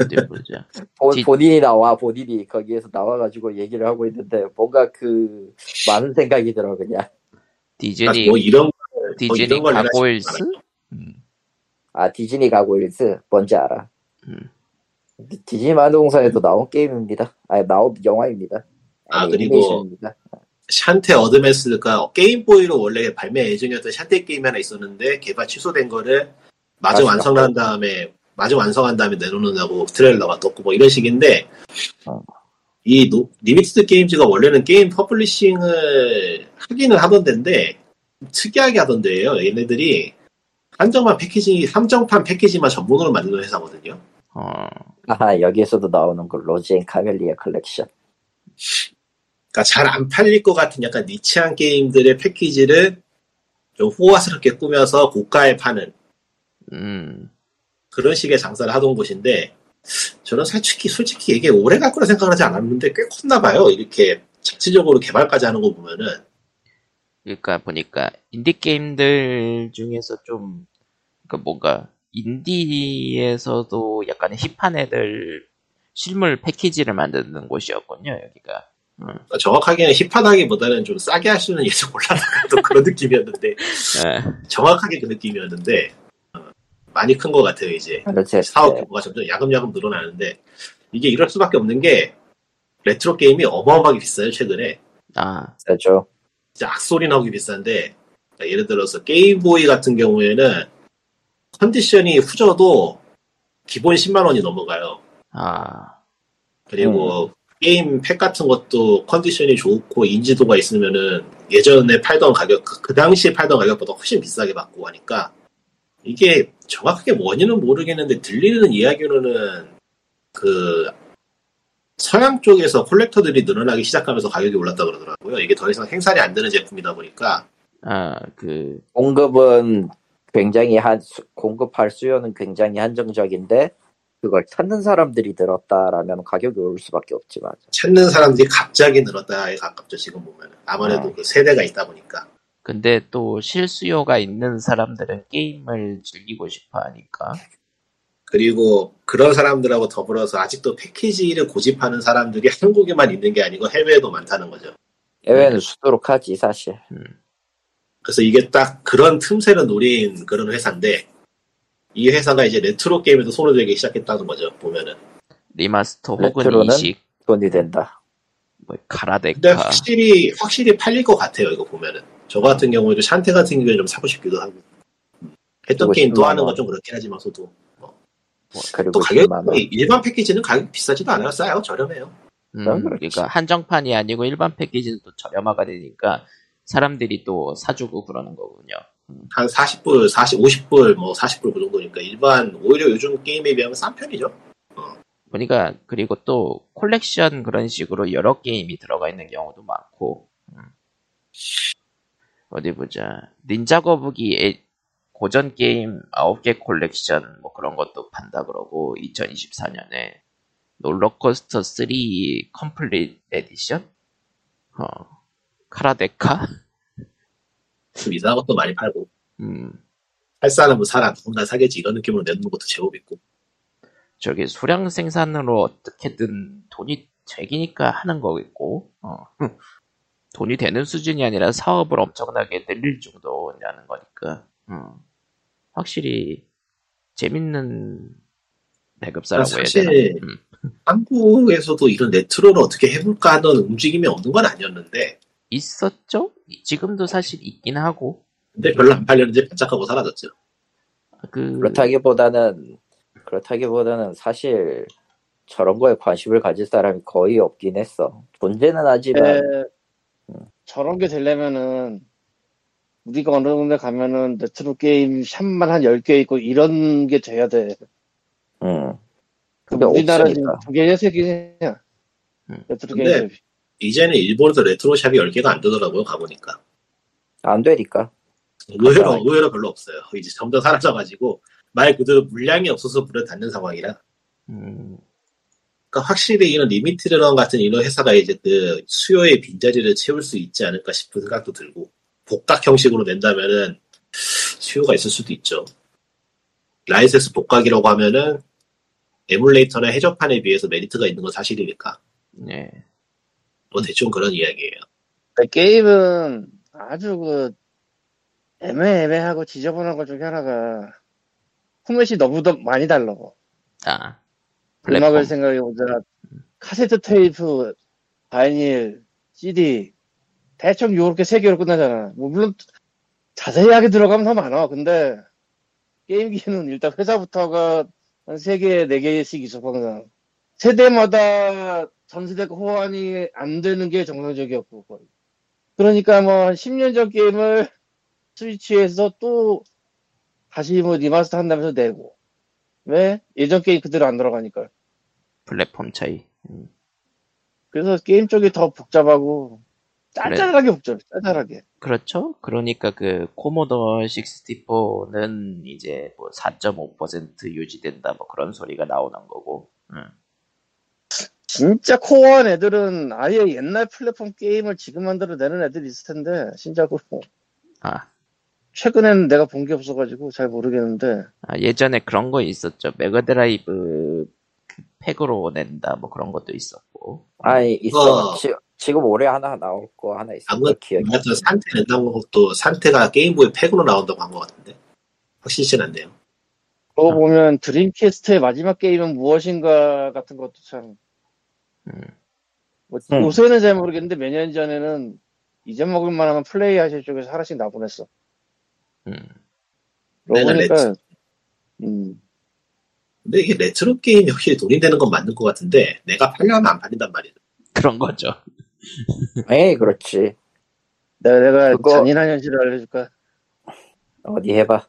A: 어디 보자.
B: 본,
A: 디-
B: 본인이 나와 본인이 거기에서 나와가지고 얘기를 하고 있는데 뭔가 그 많은 생각이 들어 그냥
A: 디즈니
D: 뭐 이런 걸- 뭐
A: 디즈니
D: 이런 걸 내가
A: 가고일스
D: 생각
B: 아 디즈니 가고일스 뭔지 알아
A: 음.
B: 디즈니 만동산에도 나온 게임입니다 아 나온 영화입니다
D: 아,
B: 아니,
D: 그리고-
B: 애니메이션입니다.
D: 샨테 어드밴스가 게임보이로 원래 발매 예정이었던 샨테 게임이 하나 있었는데 개발 취소된 거를 마저
B: 아,
D: 완성한 다음에 마저 완성한 다음에 내놓는다고 트레일러가 떴고 뭐 이런 식인데
B: 어.
D: 이 노- 리미티드 게임즈가 원래는 게임 퍼블리싱을 하기는 하던데인데 특이하게 하던데요 얘네들이 한정판 패키지 한정판 패키지만 전문으로 만드는 회사거든요
A: 어,
B: 아하 여기에서도 나오는 거 로지앤 카멜리아 컬렉션
D: 그러니까 잘 안 팔릴 것 같은 약간 니치한 게임들의 패키지를 좀 호화스럽게 꾸며서 고가에 파는
A: 음,
D: 그런 식의 장사를 하던 곳인데 저는 솔직히 솔직히 이게 오래 갈 거라 생각하지 않았는데 꽤 컸나 봐요. 이렇게 자체적으로 개발까지 하는 거 보면은
A: 그러니까 보니까 인디 게임들 중에서 좀 그러니까 뭔가 인디에서도 약간 힙한 애들 실물 패키지를 만드는 곳이었군요 여기가. 음.
D: 그러니까 정확하게는 힙하다기보다는 좀 싸게 할 수는 예상 올라가던 (laughs) 그런 느낌이었는데
A: 예.
D: 정확하게 그 느낌이었는데 어, 많이 큰 것 같아요 이제
B: 그렇지
D: 사업 규모가 점점 야금야금 늘어나는데 이게 이럴 수밖에 없는 게 레트로 게임이 어마어마하게 비싸요 최근에
A: 아,
B: 그렇죠
D: 진짜 악소리 나오기 비싼데 그러니까 예를 들어서 게임보이 같은 경우에는 컨디션이 후져도 기본 10만 원이 넘어가요.
A: 아,
D: 그리고 게임 팩 같은 것도 컨디션이 좋고 인지도가 있으면은 예전에 팔던 가격 그, 그 당시에 팔던 가격보다 훨씬 비싸게 받고 하니까 이게 정확하게 원인은 모르겠는데 들리는 이야기로는 그 서양 쪽에서 콜렉터들이 늘어나기 시작하면서 가격이 올랐다 그러더라고요. 이게 더 이상 생산이 안 되는 제품이다 보니까
A: 아, 그,
B: 공급은 굉장히 한 수- 공급할 수요는 굉장히 한정적인데 그걸 찾는 사람들이 늘었다라면 가격이 오를 수밖에 없지만
D: 찾는 사람들이 갑자기 늘었다에 가깝죠 지금 보면 아무래도
A: 아.
D: 그 세대가 있다 보니까
A: 근데 또 실수요가 있는 사람들은 게임을 즐기고 싶어 하니까.
D: 그리고 그런 사람들하고 더불어서 아직도 패키지를 고집하는 사람들이 한국에만 있는 게 아니고 해외에도 많다는 거죠
B: 해외는
A: 네.
B: 수두룩 하지 사실
D: 그래서 이게 딱 그런 틈새를 노린 그런 회사인데 이 회사가 이제 레트로 게임에도 손을 대기 시작했다는 거죠 보면은
A: 리마스터 혹은
B: 레트로는?
A: 이식,
B: 돈이 된다
A: 뭐
D: 근데
A: 가라데카.
D: 확실히 확실히 팔릴 것 같아요 이거 보면은 저 같은 경우에도 샨테 같은 경우에 좀 사고 싶기도 하고 했던
B: 그리고
D: 게임 또
B: 10만
D: 하는
B: 원.
D: 건 좀 그렇긴 하지만 소도 또
B: 뭐, 그리고 10만 원
D: 가격이 일반 패키지는 가격 비싸지도 않아요. 싸요. 저렴해요.
A: 음,
B: 그럼 그렇지.
A: 그러니까 한정판이 아니고 일반 패키지는 또 저렴화가 되니까 사람들이 또 사주고 그러는 거군요.
D: 한 40불, 40, 50불, 뭐 40불 그 정도니까 일반 오히려 요즘 게임에 비하면 싼 편이죠.
A: 보니까 그리고 또 콜렉션 그런 식으로 여러 게임이 들어가 있는 경우도 많고 음. 어디 보자 닌자 거북이 애- 고전 게임 9개 콜렉션 뭐 그런 것도 판다 그러고 2024년에 롤러코스터 3 컴플릿 에디션 어 카라데카
D: 좀 이상한 것도 많이 팔고
A: 음
D: 살 사람은 사람 누군가 사겠지 이런 느낌으로 내놓는 것도 제법 있고
A: 저기 소량 생산으로 어떻게든 돈이 되기니까 하는 거겠고, 어. (laughs) 돈이 되는 수준이 아니라 사업을 엄청나게 늘릴 정도라는 거니까, 음. 확실히 재밌는 배급사라고 해야 되나?
D: 사실-
A: 음.
D: 한국에서도 이런 레트로를 어떻게 해볼까 하는 움직임이 없는 건 아니었는데
A: 있었죠? 지금도 사실 있긴 하고,
D: 근데 별로 안 팔렸는데 반짝하고 사라졌죠.
A: 그,
B: 그렇다기보다는 그렇다기보다는 사실 저런 거에 관심을 가질 사람이 거의 없긴 했어 존재는 하지만
C: 에,
B: 네.
C: 저런 게 되려면은 우리가 어느 군데 가면은 레트로 게임 샵만 한 10개 있고 이런 게 돼야 돼.
B: 음, 그게
C: 우리나라 지금
B: 없으니까
C: 두 개냐 세 개냐
A: 음.
C: 레트로
D: 근데-
C: 게임 샵이.
D: 이제는 일본에서 레트로 샵이 10개가 안 되더라고요 가보니까.
B: 안 되니까
D: 의외로
B: 맞아요.
D: 의외로 별로 없어요. 이제 점점 사라져가지고 말 그대로 물량이 없어서 물에 닿는 상황이라
A: 음,
D: 그러니까 확실히 이런 리미티드런 같은 이런 회사가 이제 그 수요의 빈자리를 채울 수 있지 않을까 싶은 생각도 들고 복각 형식으로 낸다면은 수요가 있을 수도 있죠. 라이센스 복각이라고 하면은 에뮬레이터나 해적판에 비해서 메리트가 있는 건 사실이니까
A: 예.
D: 뭐 대충 그런 이야기예요.
C: 근데 그러니까 게임은 아주 그 애매애매하고 지저분한 것 중에 하나가 포맷이 너무 더 많이 달라.
A: 아. 플랫폼.
C: 음악을 생각해보자. 카세트 테이프, 바이닐, CD. 대충 요렇게 세 개로 끝나잖아. 뭐, 물론, 자세하게 들어가면 더 많아. 근데, 게임기는 일단 회사부터가 한 세 개, 네 개씩 있어, 항상. 세대마다 전 세대가 호환이 안 되는 게 정상적이었고, 거의. 그러니까 뭐, 한 10년 전 게임을 스위치에서 또, 다시 뭐, 리마스터 한다면서 내고. 왜? 예전 게임 그대로 안 돌아가니까.
A: 플랫폼 차이. 음.
C: 그래서 게임 쪽이 더 복잡하고 짤짤하게 복잡해 짤짤하게
A: 그렇죠. 그러니까 그 코모더 64는 이제 뭐 4.5% 유지된다 뭐 그런 소리가 나오는 거고. 음.
C: 진짜 코어한 애들은 아예 옛날 플랫폼 게임을 지금 만들어내는 애들이 있을 텐데 신작으로
A: 아,
C: 최근에는 내가 본 게 없어가지고 잘 모르겠는데
A: 아, 예전에 그런 거 있었죠. 메가드라이브 그 팩으로 낸다 뭐 그런 것도 있었고.
B: 아니 있어
D: 어.
B: 지, 지금 올해 하나 나올 거 하나 있어
D: 아무튼
B: 기억이 안
D: 아무튼 산태 낸다고 것도 산태가 게임보이 팩으로 나온다고 한 것 같은데 확실치 않네요.
C: 그러고
A: 아.
C: 보면 드림캐스트의 마지막 게임은 무엇인가 같은 것도 참
A: 음.
C: 뭐
B: 음.
C: 요새는 잘 모르겠는데 몇 년 전에는 잊어먹을 만하면 플레이 하실 쪽에서 하나씩 나보냈어
A: 음.
C: 그러고
D: 내가
C: 보니까 음,
D: 근데 이게 레트로 게임 역시 돈이 되는 건 맞는 것 같은데 내가 팔려면 안 팔린단 말이죠.
A: 그런 거죠.
B: 나. 에이 그렇지
C: 내가, 내가
B: 그거-
C: 잔인한 현실을 알려줄까
B: 어디 해봐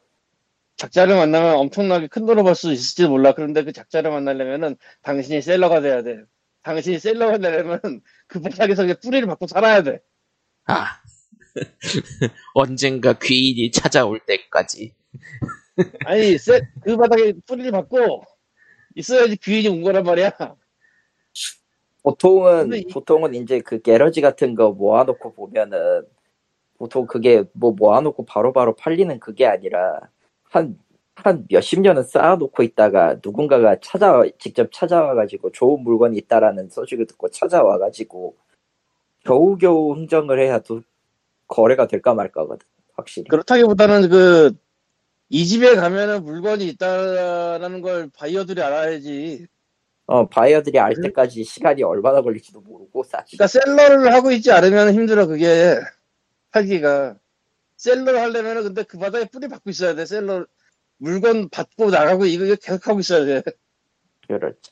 C: 작자를 만나면 엄청나게 큰 돈을 벌 수 있을지 몰라. 그런데 그 작자를 만나려면은 당신이 셀러가 돼야 돼. 당신이 셀러가 되려면 그 바닥에서 그냥 뿌리를 받고 살아야 돼.
A: 아. (laughs) 언젠가 귀인이 찾아올 때까지.
C: 아니, 셀, 그 바닥에 뿌리를 받고 있어야지 귀인이 온 거란 말이야.
B: 보통은
C: 근데 이-
B: 보통은 이제 그 게러지 같은 거 모아놓고 보면은 보통 그게 뭐 모아놓고 바로바로 팔리는 그게 아니라 한 한 몇십 년은 쌓아놓고 있다가 누군가가 찾아 직접 찾아와가지고 좋은 물건이 있다라는 소식을 듣고 찾아와가지고 겨우겨우 흥정을 해야 또 거래가 될까 말까거든 확실히
C: 그렇다기보다는 그, 이 집에 가면은 물건이 있다라는 걸 바이어들이 알아야지.
B: 어 바이어들이 알
C: 그-
B: 때까지 시간이 얼마나 걸릴지도 모르고 사실
C: 그러니까 셀러를 하고 있지 않으면 힘들어, 그게. 하기가. 셀러를 하려면은 근데 그 바닥에 뿌리 받고 있어야 돼. 셀러, 물건 받고 나가고 이거 계속 하고 있어야 돼.
B: 그렇지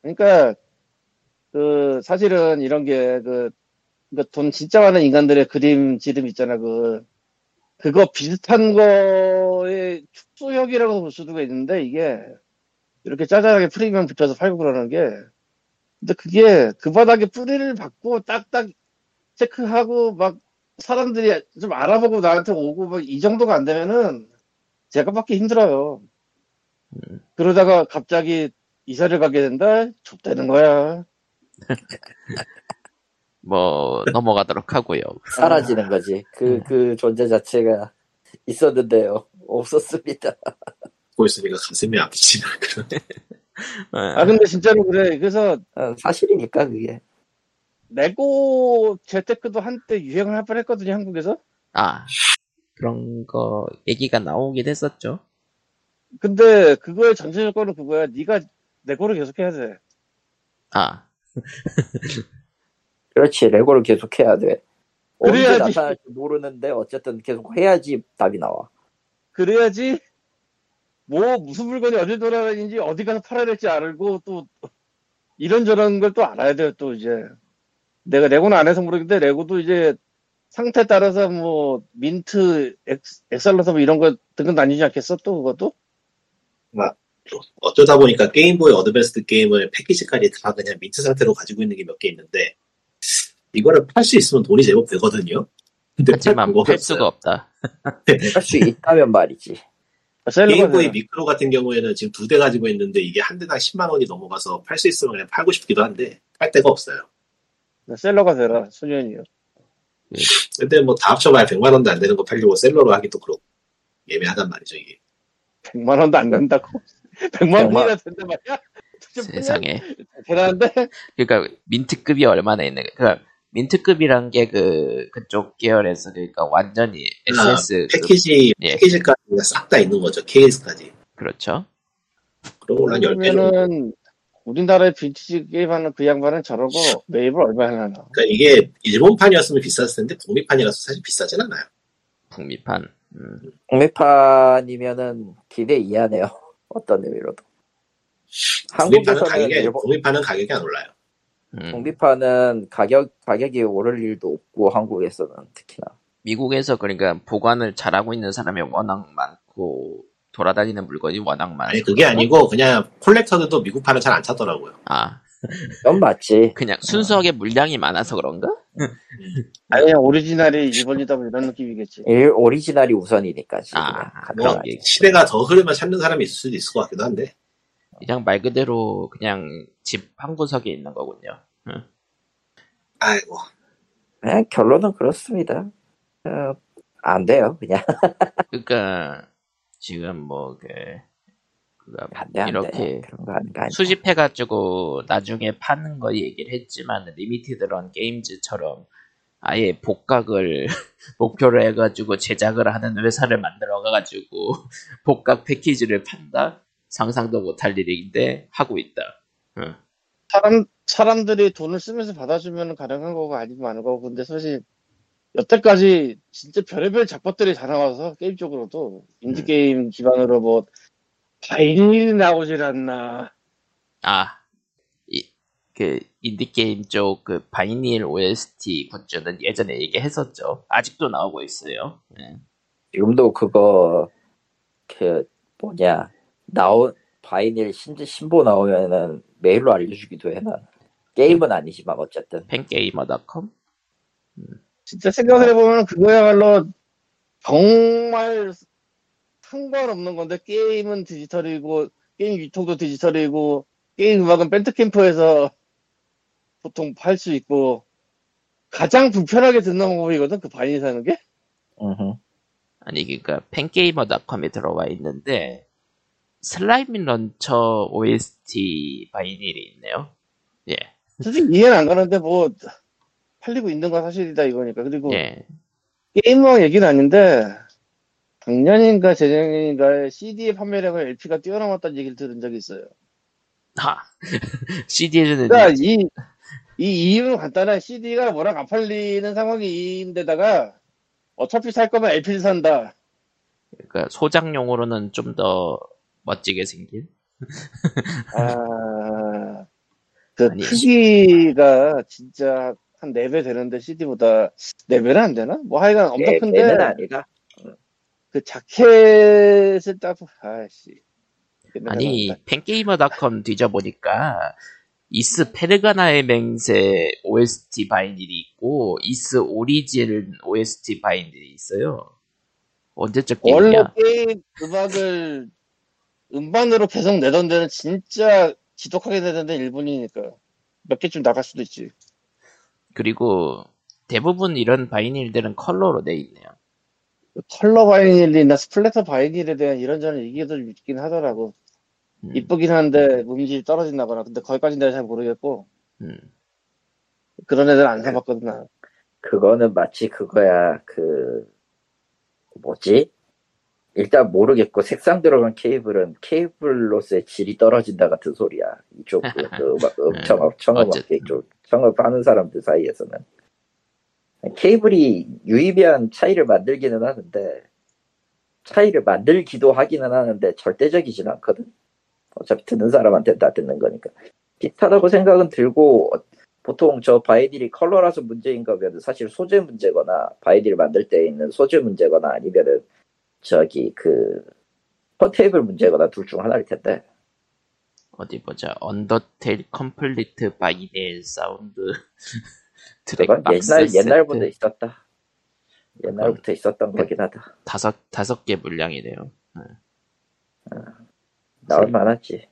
C: 그러니까 그 사실은 이런 게그 그돈 진짜 많은 인간들의 그림 지름 있잖아 그 그거 비슷한 거의 축소형이라고 볼 수도 있는데 이게 이렇게 짜잘하게 프리미엄 붙여서 팔고 그러는 게 근데 그게 그 바닥에 뿌리를 받고 딱딱 체크하고 막 사람들이 좀 알아보고 나한테 오고 막 이 정도가 안 되면은 제가 받기 힘들어요. 그러다가 갑자기 이사를 가게 된다? 좁다는 거야.
A: 뭐 넘어가도록 하고요.
B: 사라지는 거지 그 그 존재 자체가 있었는데요 없었습니다
D: 보고 있으니까 가슴이 아프지만 그런
C: 아, 근데 진짜로 그래. 그래서
B: 어, 사실이니까 그게
C: 레고 재테크도 한때 유행을 할 뻔 했거든요, 한국에서.
A: 아. 그런 거 얘기가 나오긴 했었죠.
C: 근데 그거의 전체 조건은 그거야. 네가 레고를 계속해야 돼.
A: 아.
B: 그렇지 레고를 계속 해야 돼 언제
C: 그래야지.
B: 나타날지 모르는데 어쨌든 계속 해야지 답이 나와
C: 그래야지 뭐 무슨 물건이 어디 돌아다니는지 어디 가서 팔아야 될지 알고 또 이런저런 걸 또 알아야 돼요, 또 이제. 내가 레고는 안 해서 모르겠는데 레고도 이제 상태 따라서 뭐 민트, 엑, 엑셀러서 뭐 이런 거 등급 나뉘지 않겠어? 또 그것도?
D: 어쩌다 보니까 게임보이 어드밴스드 게임을 패키지까지 다 그냥 민트 상태로 가지고 있는 게 몇 개 있는데 이거를 팔 수 있으면 돈이 제법 되거든요. 근데
A: 하지만 뭐
D: 수가
A: 팔 수가 없다.
B: 할 수 있다면 말이지
D: 게임보이
C: 셀러가
D: 미크로 같은 경우에는 지금 두 대 가지고 있는데 이게 한 대당 10만 원이 넘어가서 팔 수 있으면 그냥 팔고 싶기도 한데 팔 데가 없어요.
C: 셀러가 되라 수년이요.
D: 근데 뭐 다 합쳐봐야 100만 원도 안 되는 거 팔려고 셀러로 하기도 그렇고 예매하단 말이죠 이게.
C: 100만 원도 안 된다고. (laughs) 100만 원이나 된단 말이야. (laughs) 좀
A: 세상에.
C: 대단한데
A: 그러니까 민트급이 얼마나 있는 그러니까 민트급이란 게 그 그쪽 계열에서 그러니까 완전히
D: 아,
A: SS 급
D: 패키지
A: 예.
D: 패키지까지 싹 다 있는 거죠 케이스까지.
A: 그렇죠.
D: 그러고 난 10배 정도.
C: 그러면은 우리나라의 빈티지 게임하는 그 양반은 저러고 매입을 얼마나 하나.
D: 그러니까 이게 일본판이었으면 비쌌을 텐데 북미판이라서 사실 비싸진 않아요.
A: 북미판. 음,
B: 국내판이면은 기대 이하네요. 어떤 의미로도.
D: 북미판은
B: 한국에서는
D: 가격이
B: 일본,
D: 북미판은 가격이 안 올라요.
A: 음.
B: 공비판은 가격 가격이 오를 일도 없고 한국에서는 특히나
A: 미국에서 그러니까 보관을 잘하고 있는 사람이 워낙 많고 돌아다니는 물건이 워낙 많아.
D: 아니 그게
B: 어?
D: 아니고 그냥 콜렉터들도 미국판은 잘 안 찾더라고요.
A: 아
B: 그건 맞지.
A: 그냥 순수하게 물량이 많아서 그런가?
C: 아니 오리지널이 일본이다 뭐 이런 느낌이겠지.
B: 일 오리지널이 우선이니까 지금.
A: 아,
D: 뭐
A: 그런 게
D: 시대가 더 흐르면 찾는 사람이 있을 수도 있을 것 같기도 한데
A: 그냥 말 그대로 그냥 집 한 구석에 있는 거군요.
D: 아이고
B: 그냥 네, 결론은 그렇습니다. 어, 안 돼요 그냥
A: 그러니까 지금 뭐그
B: 안 돼, 안 돼.
A: 이렇게
B: 그런 거 아닌가.
A: 수집해가지고 나중에 파는 거 얘기를 했지만 리미티드런 게임즈처럼 아예 복각을 (laughs) 목표로 해가지고 제작을 하는 회사를 만들어가지고 (laughs) 복각 패키지를 판다 상상도 못할 일인데 하고 있다. 응.
C: 사람 사람들이 돈을 쓰면서 받아주면 가능한 거고 아니면 안 거고 근데 사실 여태까지 진짜 별의별 작법들이 다 나와서 게임 쪽으로도 인디 게임 기반으로 뭐 다인일이 나오질 않나.
A: 아, 이, 그 인디 게임 쪽 그 바이닐 OST 굿즈는 예전에 얘기했었죠. 아직도 나오고 있어요. 예.
B: 지금도 그거 그 뭐냐 나온 바이닐 신지 신보 나오면은 메일로 알려주기도 해 난. 게임은
A: 네.
B: 아니지만 어쨌든
A: 팬게이머닷컴.
C: 진짜 생각을 해보면 그거야말로 정말 상관없는 건데 게임은 디지털이고 게임 유통도 디지털이고 게임 음악은 밴드캠프에서 보통 팔 수 있고 가장 불편하게 듣는 방법이거든 그 바이닐 사는 게
B: 음흠.
A: 아니 그러니까 팬게이머닷컴에 들어와 있는데 슬라이밍 런처 OST 바이닐이 있네요. 예,
C: 솔직히 이해는 안 가는데 뭐 팔리고 있는 건 사실이다 이거니까 그리고
A: 예,
C: 게임왕 얘기는 아닌데 작년인가 재작년인가에 CD의 판매량을 LP가 뛰어넘었다는 얘기를 들은 적이 있어요
A: 하 (laughs) CD에는
C: 그러니까 이, 이 이유는 간단해. CD가 워낙 안 팔리는 상황인데다가 어차피 살 거면 LP를 산다.
A: 그러니까 소장용으로는 좀 더 멋지게 생긴.
C: 아, 그
A: 아니,
C: 크기가 진짜 한 4배 되는데 CD보다 4배는 안 되나? 뭐 하여간 엄청
B: 네,
C: 큰데
B: 내는 아니라
C: 그 자켓을 딱 아씨. 네,
A: 아니 팬게이머닷컴 뒤져보니까 이스 페르가나의 맹세 OST 바이닐이 있고 이스 오리진 OST 바이닐이 있어요. 언제적
C: 원래
A: 게임이야?
C: 게임 음악을 음반으로 계속 내던 데는 진짜 지독하게 내던 데는 일본이니까 몇 개쯤 나갈 수도 있지.
A: 그리고 대부분 이런 바이닐들은 컬러로 돼 있네요.
C: 컬러 바이닐이나 스플래터 바이닐에 대한 이런저런 얘기들 있긴 하더라고.
A: 음,
C: 이쁘긴 한데 음질이 떨어진다거나. 근데 거기까지는 내가 잘 모르겠고.
A: 음.
C: 그런 애들 안 사봤거든, 나.
B: 그거는 마치 그거야 그 뭐지? 일단 모르겠고 색상 들어간 케이블은 케이블로서의 질이 떨어진다 같은 소리야 이쪽 그
A: (laughs)
B: 음악 음청업 청음악
A: 네. 어쨌든.
B: 이쪽 청업하는 사람들 사이에서는 케이블이 유의미한 차이를 만들기는 하는데 차이를 만들기도 하기는 하는데 절대적이진 않거든 어차피 듣는 사람한테 다 듣는 거니까 비슷하다고 생각은 들고 보통 저 바이딜이 컬러라서 문제인가 하면 사실 소재 문제거나 바이딜 만들 때 있는 소재 문제거나 아니면은 저기 그 컨테이블 문제거나 둘 중 하나일 텐데
A: 어디 보자. 언더테일 컴플리트 바이닐 (laughs) 사운드 트랙
B: 그건
A: 박스
B: 옛날 옛날부터
A: 세트
B: 있었다 옛날부터 있었던 거긴 하다
A: 다섯 다섯 개 물량이네요.
B: 나올 만하지.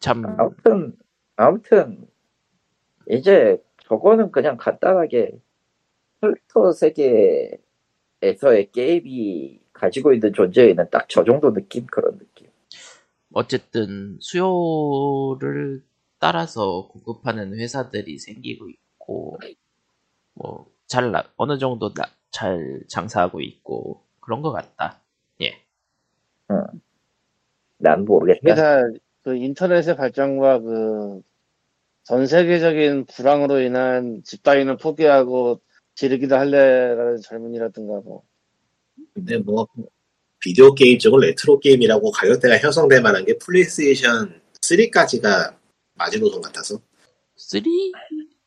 A: 참
B: 아무튼 아무튼 이제 저거는 그냥 간단하게 컬터 세계에서의 게임이 가지고 있는 존재에 있는 딱 저 정도 느낌 그런 느낌.
A: 어쨌든 수요를 따라서 공급하는 회사들이 생기고 있고 뭐잘 어느 정도 나- 잘 장사하고 있고 그런 것 같다.
B: 난 모르겠다.
C: 회사 그 인터넷의 발전과 그 전 세계적인 불황으로 인한 집 따위는 포기하고 지르기도 할래라는 젊은이라든가 뭐
D: 근데 뭐 비디오 게임 쪽은 레트로 게임이라고 가격대가 형성될 만한 게 플레이스테이션 3까지가 마지노선 같아서
A: 3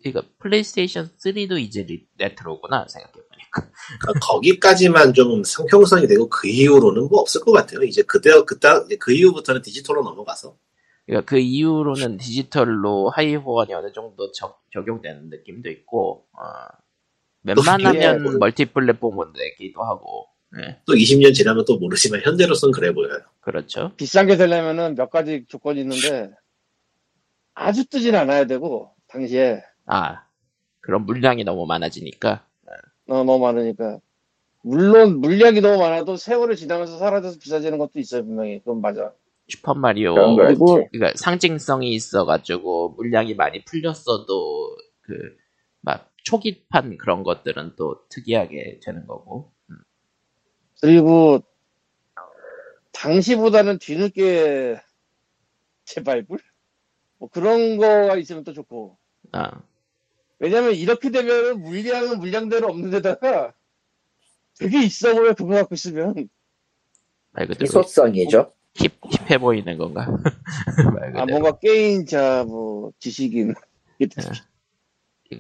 A: 그러니까 플레이스테이션 3도 이제 리- 레트로구나 생각해보니까
B: (laughs)
D: 그러니까 거기까지만 좀 형성이 되고 그 이후로는 뭐 없을 것 같아요. 이제 그때 그때 그 이후부터는 디지털로 넘어가서
A: 그러니까 그 이후로는 디지털로 하이 호환이 어느 정도 적, 적용되는 느낌도 있고 어,
C: 또
A: 웬만하면
D: 그게-
A: 멀티플랫폼은 내기도 하고 예,
D: 또 20년 지나면 또 모르지만 현재로선 그래 보여요.
A: 그렇죠.
C: 비싼 게 되려면은 몇 가지 조건이 있는데 아주 뜨진 않아야 되고 당시에
A: 아, 그럼 물량이 너무 많아지니까.
C: 어, 너무 많으니까 물론 물량이 너무 많아도 세월을 지나면서 사라져서 비싸지는 것도 있어요 분명히 그건 맞아
A: 슈퍼마리오,
B: 그런 거
C: 그리고
B: 있지.
A: 그러니까 상징성이 있어가지고 물량이 많이 풀렸어도 그, 막 초기판 그런 것들은 또 특이하게 되는 거고.
C: 그리고 당시보다는 뒤늦게 (laughs) 재발굴 뭐 그런 거가 있으면 또 좋고
A: 아,
C: 왜냐면 이렇게 되면 물량은 물량대로 없는데다가 되게 있어 보여 그거 갖고 있으면
A: 말 그대로
B: 희소성이죠.
A: 힙, 힙해 보이는 건가? (laughs) 말 그대로.
C: 아 뭔가 게임 자뭐 지식인
A: 그러니까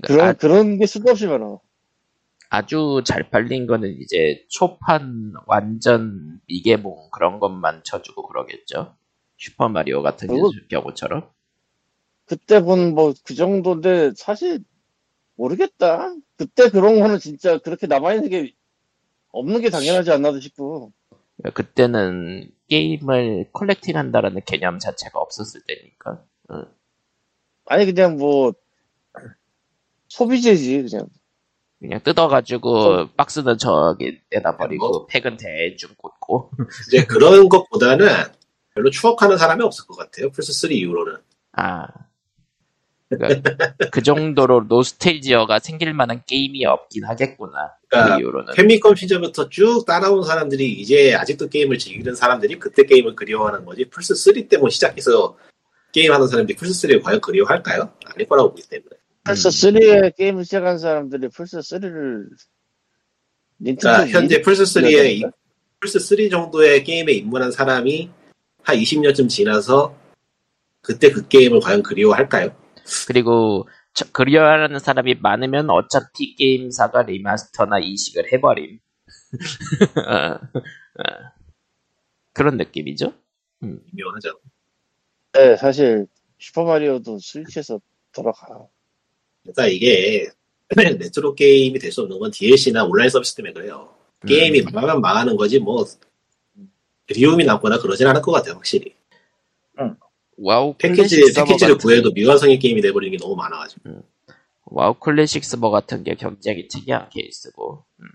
C: 그런
A: 아,
C: 그런 게 수도 없이 많아
A: 아주 잘 팔린 거는 이제 초판 완전 미개봉 그런 것만 쳐주고 그러겠죠. 슈퍼마리오 같은
C: 그거-
A: 경우처럼.
C: 그때 본 뭐 그 정도인데 사실 모르겠다. 그때 그런 거는 진짜 그렇게 남아있는 게 없는 게 당연하지 않나도 싶고.
A: 그러니까 그때는 게임을 컬렉팅한다라는 개념 자체가 없었을 때니까.
C: 아니 그냥 뭐 소비재지
D: 음.
C: 그냥.
A: 그냥 뜯어가지고 박스는 저기에다 버리고
D: 뭐?
A: 팩은 대충 꽂고.
D: 이제 그런 것보다는 별로 추억하는 사람이 없을 것 같아요. 플스 3 이후로는
A: 아.
D: (laughs)
A: 그러니까 그 정도로 노스텔지어가 생길 만한 게임이 없긴 하겠구나. 그
D: 그러니까
A: 이후로는.
D: 패미컴 시절부터 쭉 따라온 사람들이 이제 아직도 게임을 즐기는 사람들이 그때 게임을 그리워하는 거지. 플스 3 때문에 시작해서 게임하는 사람들이 플스 3를 과연 그리워할까요? 아닐 거라고 보기 때문에.
C: 플스 3에 게임을 시작한 사람들이 플스 3를 닌텐도
D: 그러니까
C: 위-
D: 현재 플스 3에
C: 그러니까.
D: 플스 3 정도의 게임에 입문한 사람이 한 20년쯤 지나서 그때 그 게임을 과연 그리워할까요?
A: 그리고 저- 그리워하는 사람이 많으면 어차피 게임사가 리마스터나 이식을 해버림. (laughs) 어, 어. 그런 느낌이죠.
D: 미묘하죠.
C: 네, 사실 슈퍼 마리오도 스위치에서 돌아가.
D: 그러니까 이게
C: 네.
D: (laughs) 레트로 게임이 될 수 없는 건 DLC나 온라인 서비스 때문에 그래요. 게임이
A: 음.
D: 망하면 망하는 거지 뭐 그리움이 남거나 그러진 않을 것 같아요 확실히.
C: 음,
A: 와우
C: 네,
D: 패키지,
A: 클래식 서버
D: 패키지를
A: 같은
D: 구해도 미완성의 게임이 돼버리는 게 너무 많아가지고.
A: 와우 클래식 서버 같은 게 굉장히 특이한 케이스고 음,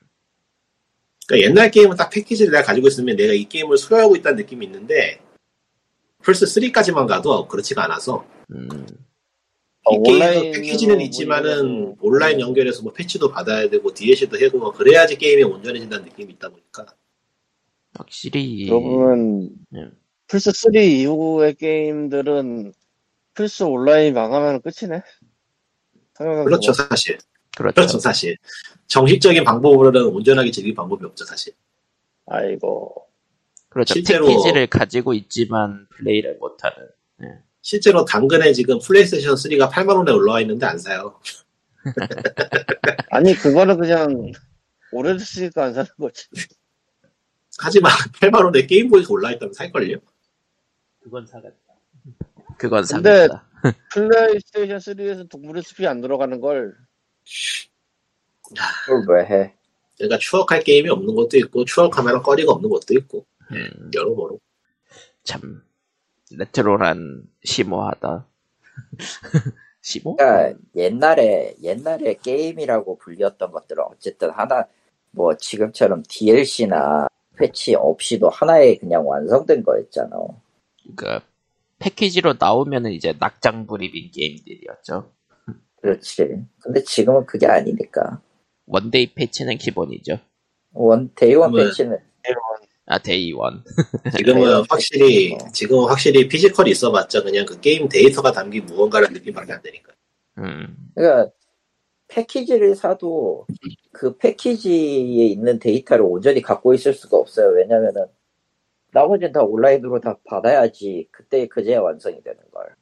D: 그러니까 옛날 게임은 딱 패키지를 내가 가지고 있으면 내가 이 게임을 소유하고 있다는 느낌이 있는데 플스 3까지만 가도 그렇지가 않아서
A: 음,
C: 어,
D: 이 게임도
C: 온라인으로
D: 패키지는
C: 뭐
D: 있지만은
C: 이래가지고.
D: 온라인 연결해서 뭐 패치도 받아야 되고 DLC도 해고 뭐 그래야지 게임이 온전해진다는 느낌이 있다 보니까
A: 확실히
C: 그러고 보면
A: 음.
C: 플스 3 이후의 게임들은 플스 온라인 망하면 끝이네. 생각해보면.
D: 그렇죠 사실 그렇죠
A: 그렇죠
D: 사실 정식적인 방법으로는 온전하게 즐길 방법이 없죠 사실
C: 아이고.
A: 그렇죠
D: 실제로-
A: 패키지를 가지고 있지만 플레이를 못하는
D: 실제로 당근에 지금 플레이스테이션 3가 8만 원에 올라와 있는데 안 사요
C: 아니, 그거는 그냥 오래됐으니까 안 사는 거지.
D: 하지만 (laughs) 8만 원에 게임보이가 올라와 있다면 살걸요
A: 그건 사겠다 그건
C: 근데-
A: 사겠다
C: 플레이스테이션 3에서 동물의 숲이 안 들어가는 걸,
B: 그걸 왜 해?
D: 그러니까 추억할 게임이 없는 것도 있고 추억하면 거리가 없는 것도 있고
A: 음,
D: 여러모로
A: 참 레트로란 심오하다. (laughs) 심오?
B: 그러니까 옛날에 옛날에 게임이라고 불렸던 것들은 어쨌든 하나 뭐 지금처럼 DLC나 패치 없이도 하나의 그냥 완성된 거였잖아.
A: 그러니까 패키지로 나오면은 이제 낙장 불입인 게임들이었죠.
B: 그렇지. 근데 지금은 그게 아니니까.
A: 원데이 패치는 기본이죠.
B: 원 데이원
D: 그러면-
B: 패치는
A: 아 데이 원.
D: 지금은
B: 그래요.
D: 확실히
B: 어.
D: 지금 확실히 피지컬이 있어봤자 그냥 그 게임 데이터가 담긴 무언가라는 느낌밖에 안 되니까.
A: 음.
B: 그러니까 패키지를 사도 그 패키지에 있는 데이터를 온전히 갖고 있을 수가 없어요. 왜냐면은 나머지는 다 온라인으로 다 받아야지 그때 그제야 완성이 되는 걸.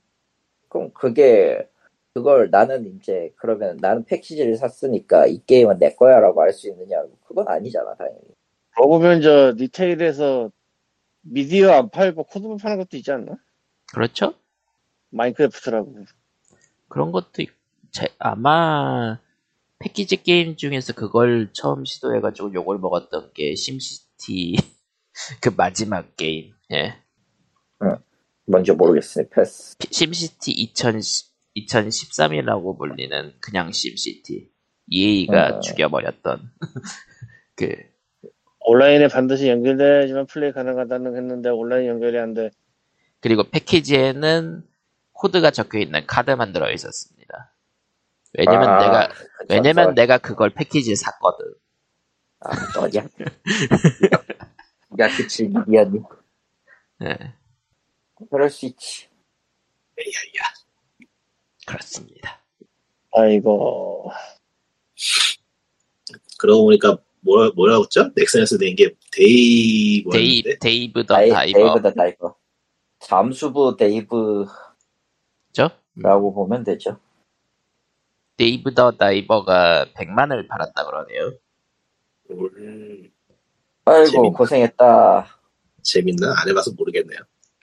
B: 그럼 그게 그걸 나는 이제 그러면 나는 패키지를 샀으니까 이 게임은 내 거야라고 할 수 있느냐? 그건 아니잖아 당연히.
C: 그러고 보면 저 리테일에서 미디어 안 팔고 코드만 파는 것도 있지 않나?
A: 그렇죠?
C: 마인크래프트라고.
A: 그런 것도 있- 제- 아마 패키지 게임 중에서 그걸 처음 시도해가지고 욕을 먹었던 게 심시티 (laughs) 그 마지막 게임. 예.
B: 뭔지 모르겠으니 패스.
A: 피- 심시티 2010, 2013이라고 불리는 그냥 심시티. EA가
B: 음.
A: 죽여버렸던 (laughs) 그
C: 온라인에 반드시 연결돼야지만 플레이 가능하다는 했는데 온라인 연결이 안 돼.
A: 그리고 패키지에는 코드가 적혀 있는 카드만 들어 있었습니다. 왜냐면
B: 아,
A: 내가
B: 그
A: 왜냐면
B: 전설.
A: 내가 그걸 패키지에 샀거든.
B: 아
A: (laughs)
B: 너냐? 야 그치 미안해.
A: 예.
B: 그럴 수 있지.
D: 야야.
A: 그렇습니다.
C: 아이고.
D: 그러고 보니까 뭐라 뭐라고 했죠? 넥슨에서 낸 게
A: 데이
D: 데이 뭐였는데?
A: 데이브 더
B: 다이-
A: 다이버.
B: 데이브 더 다이버. 잠수부 데이브라고
A: 죠
B: 보면 되죠.
A: 데이브 더 다이버가 100만을 팔았다 그러네요.
D: 음,
B: 아이고
D: 재밌다.
B: 고생했다.
D: 재밌나? 안 해봐서 모르겠네요.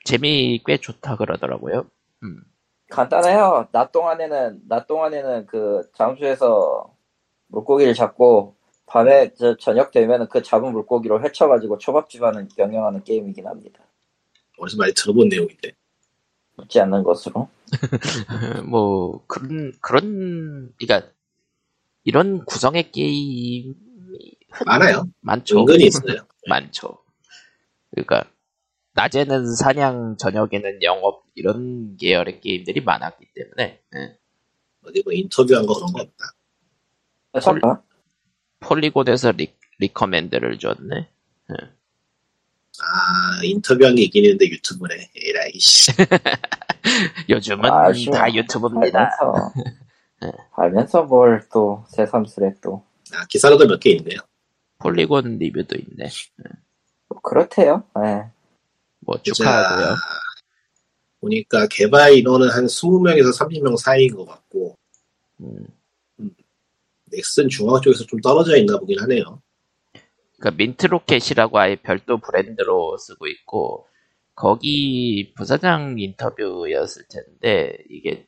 A: 재미 꽤 좋다 그러더라고요. 음.
B: 간단해요. 낮 동안에는 낮 동안에는 그 잠수에서 물고기를 잡고 밤에 저 저녁 되면은 그 잡은 물고기로 헤쳐가지고 초밥집안을 경영하는 게임이긴 합니다.
D: 어디서 많이 들어본 내용인데.
B: 묻지 않는 것으로.
A: 뭐 그런 그런 그러니까 이런 구성의 게임
D: 많아요.
A: 많죠.
D: 은근히 있어요.
A: 많죠. 그러니까 낮에는 사냥, 저녁에는 영업 이런 계열의 게임들이 많았기 때문에 예.
D: 어디 뭐 인터뷰한 거 그런 거 없다.
B: 잠깐.
A: 폴리곤에서 리, 리커맨드를 줬네.
D: 아 인터뷰한 게 있긴 있는데 유튜브네. 에라이 씨.
A: 요즘은
B: 아,
A: 다
B: 쉬워.
A: 유튜브입니다.
B: 알면서 네. 알면서 뭘 또 새삼스레 또
D: 아, 기사로도 몇 개 있네요.
A: 폴리곤 리뷰도 있네.
B: 뭐 그렇대요. 예.
A: 뭐
D: 진짜
A: 축하하고요.
D: 보니까 개발 인원은 한 20명에서 30명 사이인 것 같고
A: 음,
D: 넥슨 중앙 쪽에서 좀 떨어져 있나 보긴 하네요.
A: 그러니까 민트로켓이라고 아예 별도 브랜드로 쓰고 있고 거기 부사장 인터뷰였을 텐데 이게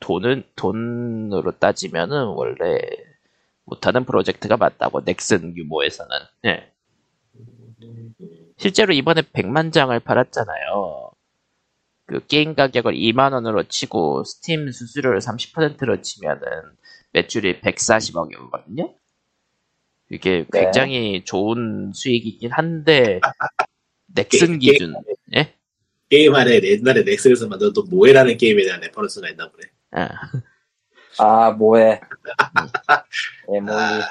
A: 돈은 돈으로 따지면은 원래 못하는 프로젝트가 맞다고 넥슨 규모에서는 예. 실제로 이번에 100만 장을 팔았잖아요. 그 게임 가격을 2만 원으로 치고 스팀 수수료를 30%로 치면은 매출이 140억이거든요. 이게
B: 네.
A: 굉장히 좋은 수익이긴 한데 넥슨 기준 예?
D: 게임 안에 옛날에 넥슨에서 만들었던 모에라는 게임에 대한 레퍼런스가 있나 보네.
A: 아,
B: 아 (laughs) 뭐해. 예, 뭐
D: 아,
B: 이-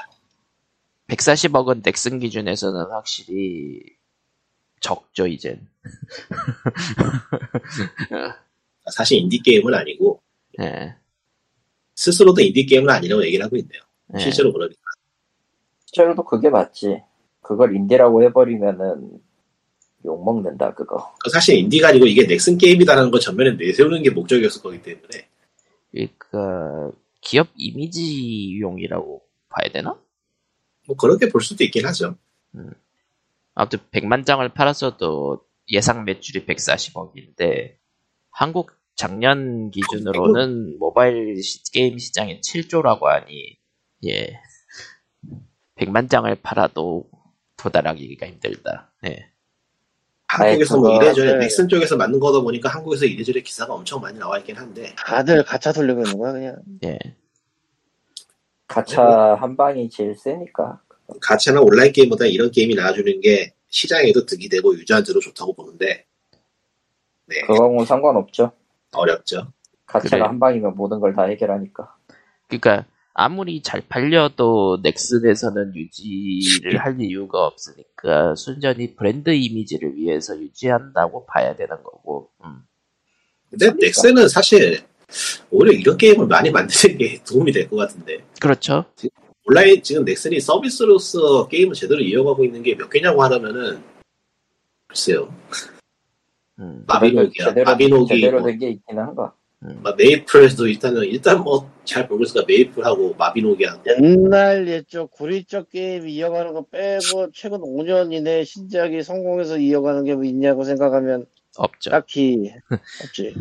A: 140억은 넥슨 기준에서는 확실히 적죠 이젠.
D: 사실 인디 게임은 아니고
A: 예.
D: 스스로도 인디 게임은 아니라고 얘기를 하고 있네요.
A: 예.
D: 실제로 그러니까
B: 실제로도 그게 맞지. 그걸 인디라고 해버리면은 욕먹는다, 그거.
D: 그러니까 사실 인디가 아니고 이게 넥슨 게임이다라는 걸 전면에 내세우는 게 목적이었을 거기 때문에
A: 그러니까 기업 이미지용이라고 봐야 되나?
D: 뭐 그렇게 볼 수도 있긴 하죠.
A: 아무튼 100만 장을 팔았어도 예상 매출이 140억인데 한국 작년 기준으로는 모바일 시- 게임 시장이 7조라고 하니 예 100만 장을 팔아도 도달하기가 힘들다. 예.
D: 한국에서 뭐
C: 그거,
D: 이래저래
C: 네.
D: 넥슨 쪽에서 만든 거다 보니까 한국에서 이래저래 기사가 엄청 많이 나와 있긴 한데
C: 다들 가차 돌리고 있는 거야 그냥
A: 예.
B: 가차 한 방이 제일 세니까.
D: 가차나 온라인 게임보다 이런 게임이 나와주는 게 시장에도 득이 되고 유저한테도 좋다고 보는데 네
B: 그거하고는 뭐 상관없죠.
D: 어렵죠.
B: 가차가
A: 그래.
B: 한 방이면 모든 걸 다 해결하니까.
A: 그러니까 아무리 잘 팔려도 넥슨에서는 유지를 할 이유가 없으니까 순전히 브랜드 이미지를 위해서 유지한다고 봐야 되는 거고. 음.
D: 근데 넥슨은 사실 오히려 이런 게임을 많이 만드는 게 (laughs) 도움이 될 것 같은데
A: 그렇죠.
D: 온라인 지금 넥슨이 서비스로서 게임을 제대로 이어가고 있는 게 몇 개냐고 하라면은 글쎄요
A: 음.
B: 그래도
D: 마비노기야
B: 제대로,
D: 마비노기
B: 제대로
D: 뭐,
B: 된 게 있긴 한가.
D: 막 메이플도 일단은 일단 뭐 잘 모르겠으니까 메이플하고 마비노기하고
C: 옛날 옛적 구리적 게임 이어가는 거 빼고 최근 5년 이내 신작이 성공해서 이어가는 게 뭐 있냐고 생각하면
A: 없죠.
C: 딱히 없지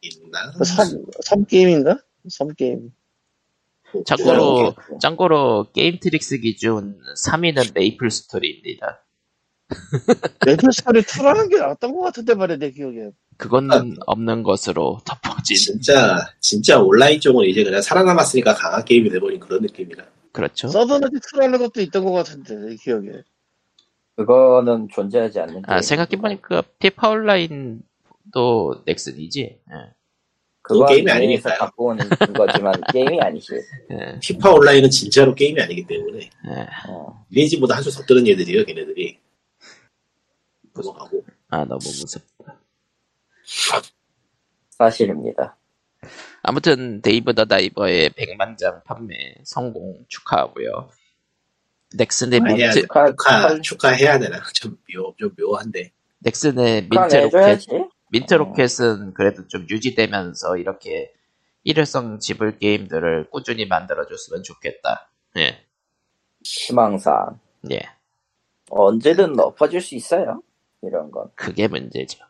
D: 있나?
C: 그 섬, 섬 게임인가? 섬 게임
D: 뭐
A: 참고로
D: 그런 게-
A: 참고로 게임 트릭스 기준 3위는 메이플 스토리입니다.
C: 레드 스토리 2라는 게 나왔던 것 같은데 말이야 내 기억에
A: 그건 없는 것으로 덮어진
D: 진짜 진짜 온라인 쪽은 이제 그냥 살아남았으니까 강한 게임이 돼버린 그런 느낌이라
A: 그렇죠.
C: 서든어지 2라는 것도 있던 것 같은데 내 기억에
B: 그거는 존재하지 않는
A: 아
B: 게임.
A: 생각해보니까 피파 온라인도 넥슨이지. 예.
B: 그건
D: 게임이
B: 이해해서
D: 아니니까요.
B: 갖고 온
D: (laughs)
B: 거지만 게임이 아니지.
A: 예.
D: 피파 온라인은 진짜로 게임이 아니기 때문에
A: 예.
B: 어.
D: 리니지보다 한수 더 뜨는 얘들이에요 걔네들이 넘어가고
A: 아 너무 무섭다.
B: 사실입니다.
A: 아무튼 데이브 더 다이버의 100만 장 판매 성공 축하하고요. 넥슨의
D: 아니야
A: 민트
B: 축하,
D: 축하
B: 축하,
D: 축하해야 되나 (laughs) 좀 묘 좀 묘한데
A: 넥슨의 민트 로켓
B: 축하해줘야지.
A: 민트 로켓은 그래도 좀 유지되면서 이렇게 일회성 지불 게임들을 꾸준히 만들어줬으면 좋겠다. 예,
B: 희망사항.
A: 예,
B: 언제든 엎어질 수 있어요. 이런 건.
A: 그게 문제죠.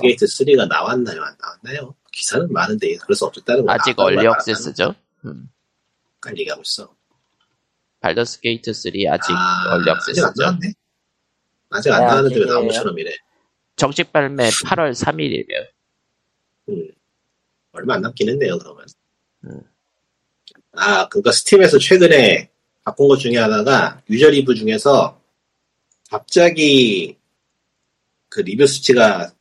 B: 그래서.
D: 게이트 3가 나왔나요 안 나왔나요? 기사는 많은데 그래서 어쨌다는 건
A: 아직
D: 나왔다는
A: 얼리
D: 말
A: 억세스죠. 음,
D: 안 얘기하고 있어
A: 발더스 게이트 3 아직
D: 아,
A: 얼리
D: 아직 안
A: 억세스죠.
D: 나왔네 아직 안
B: 네,
D: 나왔는데 왜
B: 아직이에요.
D: 나온 것처럼 이래
A: 정식 발매 8월 3일이면
D: 음. 얼마 안 남긴 했네요, 그러면.
A: 음.
D: 아, 그러니까 스팀에서 최근에 바꾼 것 중에 하나가 유저 리뷰 중에서 갑자기 그 리뷰 수치가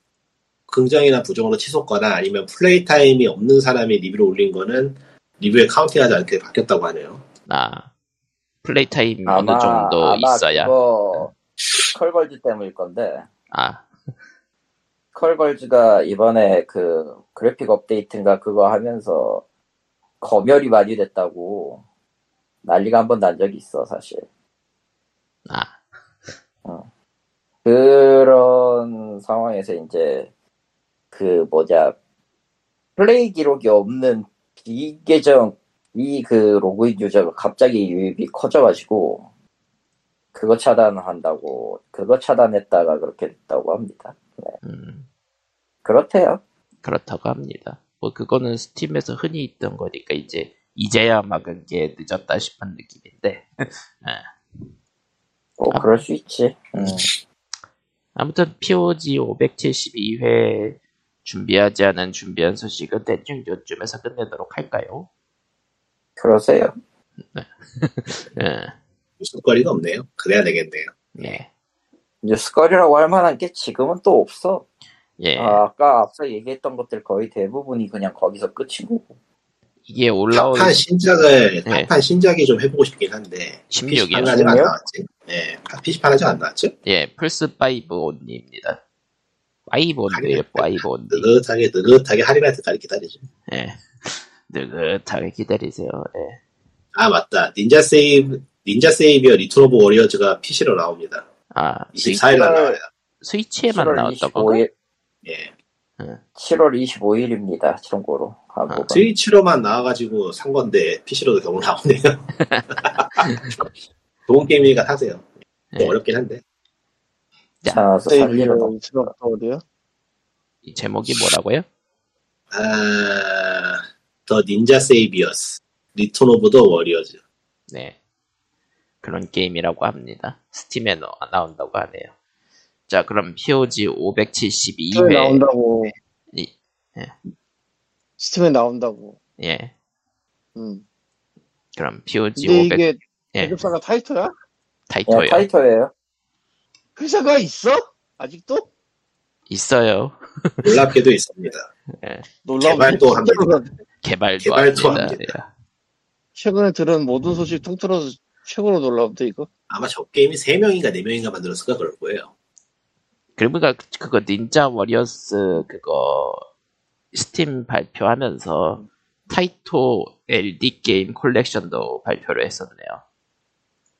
D: 긍정이나 부정으로 치솟거나 아니면 플레이 타임이 없는 사람이 리뷰를 올린 거는 리뷰에 카운팅하지 않게 바뀌었다고 하네요.
A: 아 플레이 타임
B: 아마,
A: 어느 정도
B: 아마
A: 있어야
B: 그거 컬걸즈 때문일 건데.
A: 아
B: 컬걸즈가 이번에 그 그래픽 업데이트인가 그거 하면서 검열이 많이 됐다고 난리가 한 번 난 적이 있어 사실 어.
A: 아,
B: 그런 상황에서 이제 그 뭐냐 플레이 기록이 없는 비계정 이 그 로그인 유저가 갑자기 유입이 커져가지고 그거 차단한다고 그거 차단했다가 그렇게 됐다고 합니다
A: 음.
B: 그렇대요
A: 그렇다고 합니다. 뭐 그거는 스팀에서 흔히 있던 거니까 이제 이제야 막은 게 늦었다 싶은 느낌인데
B: 뭐
A: 아.
B: 그럴 수 있지 음.
A: 아무튼 POG 572회 준비하지 않은 준비한 소식은 대충 요쯤에서 끝내도록 할까요?
B: 그러세요
A: 예.
D: 웃음거리가 없네요. 그래야 되겠네요.
A: 예.
B: 뉴스거리라고 할 만한 게 지금은 또 없어.
A: 예.
B: 아, 까 앞서 얘기했던 것들 거의 대부분이 그냥 거기서 끝인 거고.
A: 이게 올라올
D: 팝판 신작을,
A: 네.
D: 팝판 신작이 좀 해보고 싶긴 한데.
A: 16 이요.
D: PC판은 아직 안
B: 16?
D: 나왔지. 네, PC판 아직 안 나왔죠?
A: 예, 플스 5 온리입니다. 5 온리에요. 5 온리.
D: 느긋하게, 느긋하게 할인할 때까지 기다리죠.
A: 예. 느긋하게 기다리세요. 예.
D: 아 맞다 닌자 세이브 닌자 세이비어 리턴 오브 워리어즈가 PC로 나옵니다
A: 아, 스위,
D: 24일 날
B: 이십팔-
D: 나와요
A: 스위치에만 나왔던 거고.
B: 25일,
D: 예
B: 7월 25일입니다. 참고로. 한국은.
A: 아,
D: 스위치로만 나와가지고 산 건데 PC로도
A: (laughs)
D: 결국 나오네요 좋은 게임이니까 사세요 좀
A: 예.
D: 어렵긴 한데
B: 귀찮아서
C: 네,
B: 살 일은 없.
C: 그 지금 어디요?
A: 이 제목이 뭐라고요?
D: 아, 아더 닌자 세이비어스 리턴 오브 더 워리어즈
A: 네. 그런 게임이라고 합니다. 스팀에 넣- 나온다고 아, 하네요. 자, 그럼 POG
C: 스팀에
A: 572회.
C: 네, 나온다고.
A: 이- 예.
C: 스팀에 나온다고.
A: 예.
C: 음.
A: 그럼 POG
C: 근데
A: 500.
C: 이게
A: 예.
C: 배급사가 타이터야?
B: 예,
A: 타이토요.
B: 타이터예요.
C: 회사가 있어? 아직도?
A: 있어요.
D: 놀랍게도 있습니다.
C: 놀라운
D: 개발도
C: 소식.
D: 합니다.
A: 개발도
D: 개발도
A: 합니다.
C: 최근에 들은 모든 소식 통틀어서 최고로 놀라운데 이거?
D: 아마 저 게임이 3명인가 4명인가 만들었을까 그럴 거예요.
A: 그러니까 그- 그거 닌자 워리어스 그거 스팀 발표하면서 타이토 LD 게임 콜렉션도 발표를 했었네요.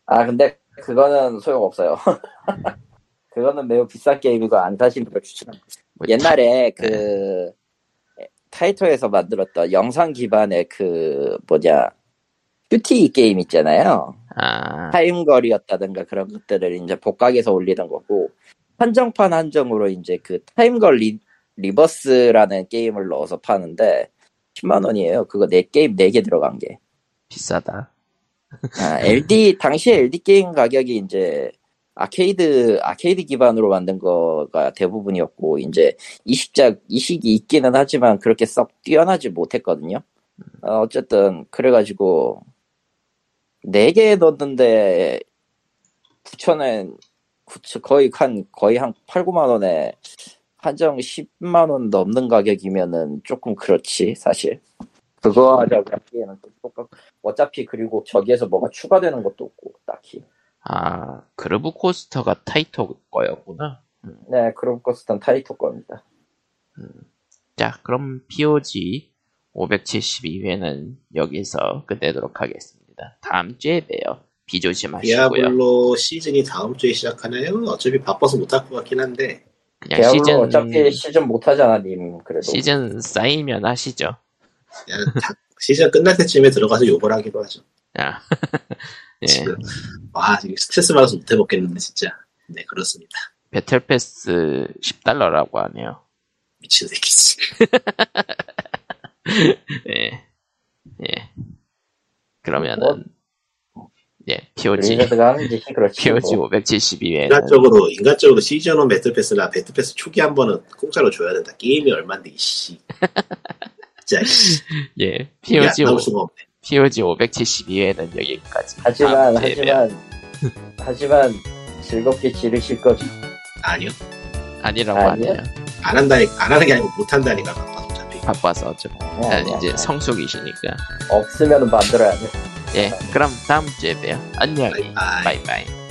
B: 아 근데 그거는 소용없어요. (laughs) 그거는 매우 비싼 게임이고 안 사시는 걸 추천합니다.
A: 뭐 네.
B: 옛날에 그 타이토에서 만들었던 영상 기반의 그 뭐냐 큐티 게임 있잖아요.
A: 타- 아,
B: 타임걸이었다든가 그런 것들을 이제 복각에서 올리던 거고 한정판 한정으로 이제 그 타임걸 리, 리버스라는 게임을 넣어서 파는데 10만 원이에요. 그거 네 게임 네 개 들어간 게.
A: 비싸다.
B: 아, LD 당시 LD 게임 가격이 이제 아케이드 아케이드 기반으로 만든 거가 대부분이었고 이제 이식작 이식이 있기는 하지만 그렇게 썩 뛰어나지 못했거든요. 어, 어쨌든 그래가지고 네 개 넣었는데 9천엔 9 거의 한 거의 한 8, 9만 원에 한정 10만 원 넘는 가격이면은 조금 그렇지 사실. 그거 하자고 음. 하기에는 또 똑같. 어차피 그리고 저기에서 뭐가 추가되는 것도 없고 딱히
A: 아, 그루브 코스터가 타이토 거였구나.
B: 네 그런 것은 타이토 겁니다
A: 자, 그럼 POG 572회는 여기서 끝내도록 하겠습니다. 다음 주에 봬요. 비 조심하시고요.
D: 디아블로 시즌이 다음 주에 시작하나요? 어차피 바빠서 못 할 것 같긴 한데
A: 그냥
B: 대학로
A: 시즌
B: 어차피 시즌 못하잖아 님 그래도
A: 시즌 쌓이면 하시죠.
D: 그냥 다- 시즌 끝날 때쯤에 들어가서 욕을 하기로 하죠.
A: 아, (laughs) 예.
D: 지금 와 지금 스트레스 받아서 못 해먹겠는데 진짜. 네 그렇습니다.
A: 배틀 패스 10달러라고 하네요.
D: 미친 새끼지.
A: 예. 예. 그러면은,
B: 뭐?
A: 예, (laughs) POG,
B: 리저드가 하는 짓이 그렇지 뭐.
A: POG 572회는,
D: 인간적으로 인간적으로 시즌 1 배틀 패스나 배틀 패스 초기 한 번은 공짜로 줘야 된다. 게임이 얼마인데 이씨. 진짜 이씨.
A: 예,
D: 이게 안
A: POG,
D: 나올
A: 5,
D: 수가 없네.
A: POG 572회는 여기까지.
B: 하지만
A: 다음 주에 봬요.
B: 하지만 하지만 즐겁게 지르실 거죠
D: 아니요.
A: 아니라고
B: 아니요.
A: 하네요.
D: 안 한다 안 하는 게 아니고 못 한다니까 바빠서 어차피.
A: 바빠서 어쩌
B: 아니,
A: 아,
B: 아니,
A: 이제
B: 아니.
A: 성숙이시니까.
B: 네, 없으면 만들어야 돼
A: 예, 그럼 다음 주에 봬요. 안녕히.
D: 바이바이.
A: 바이바이.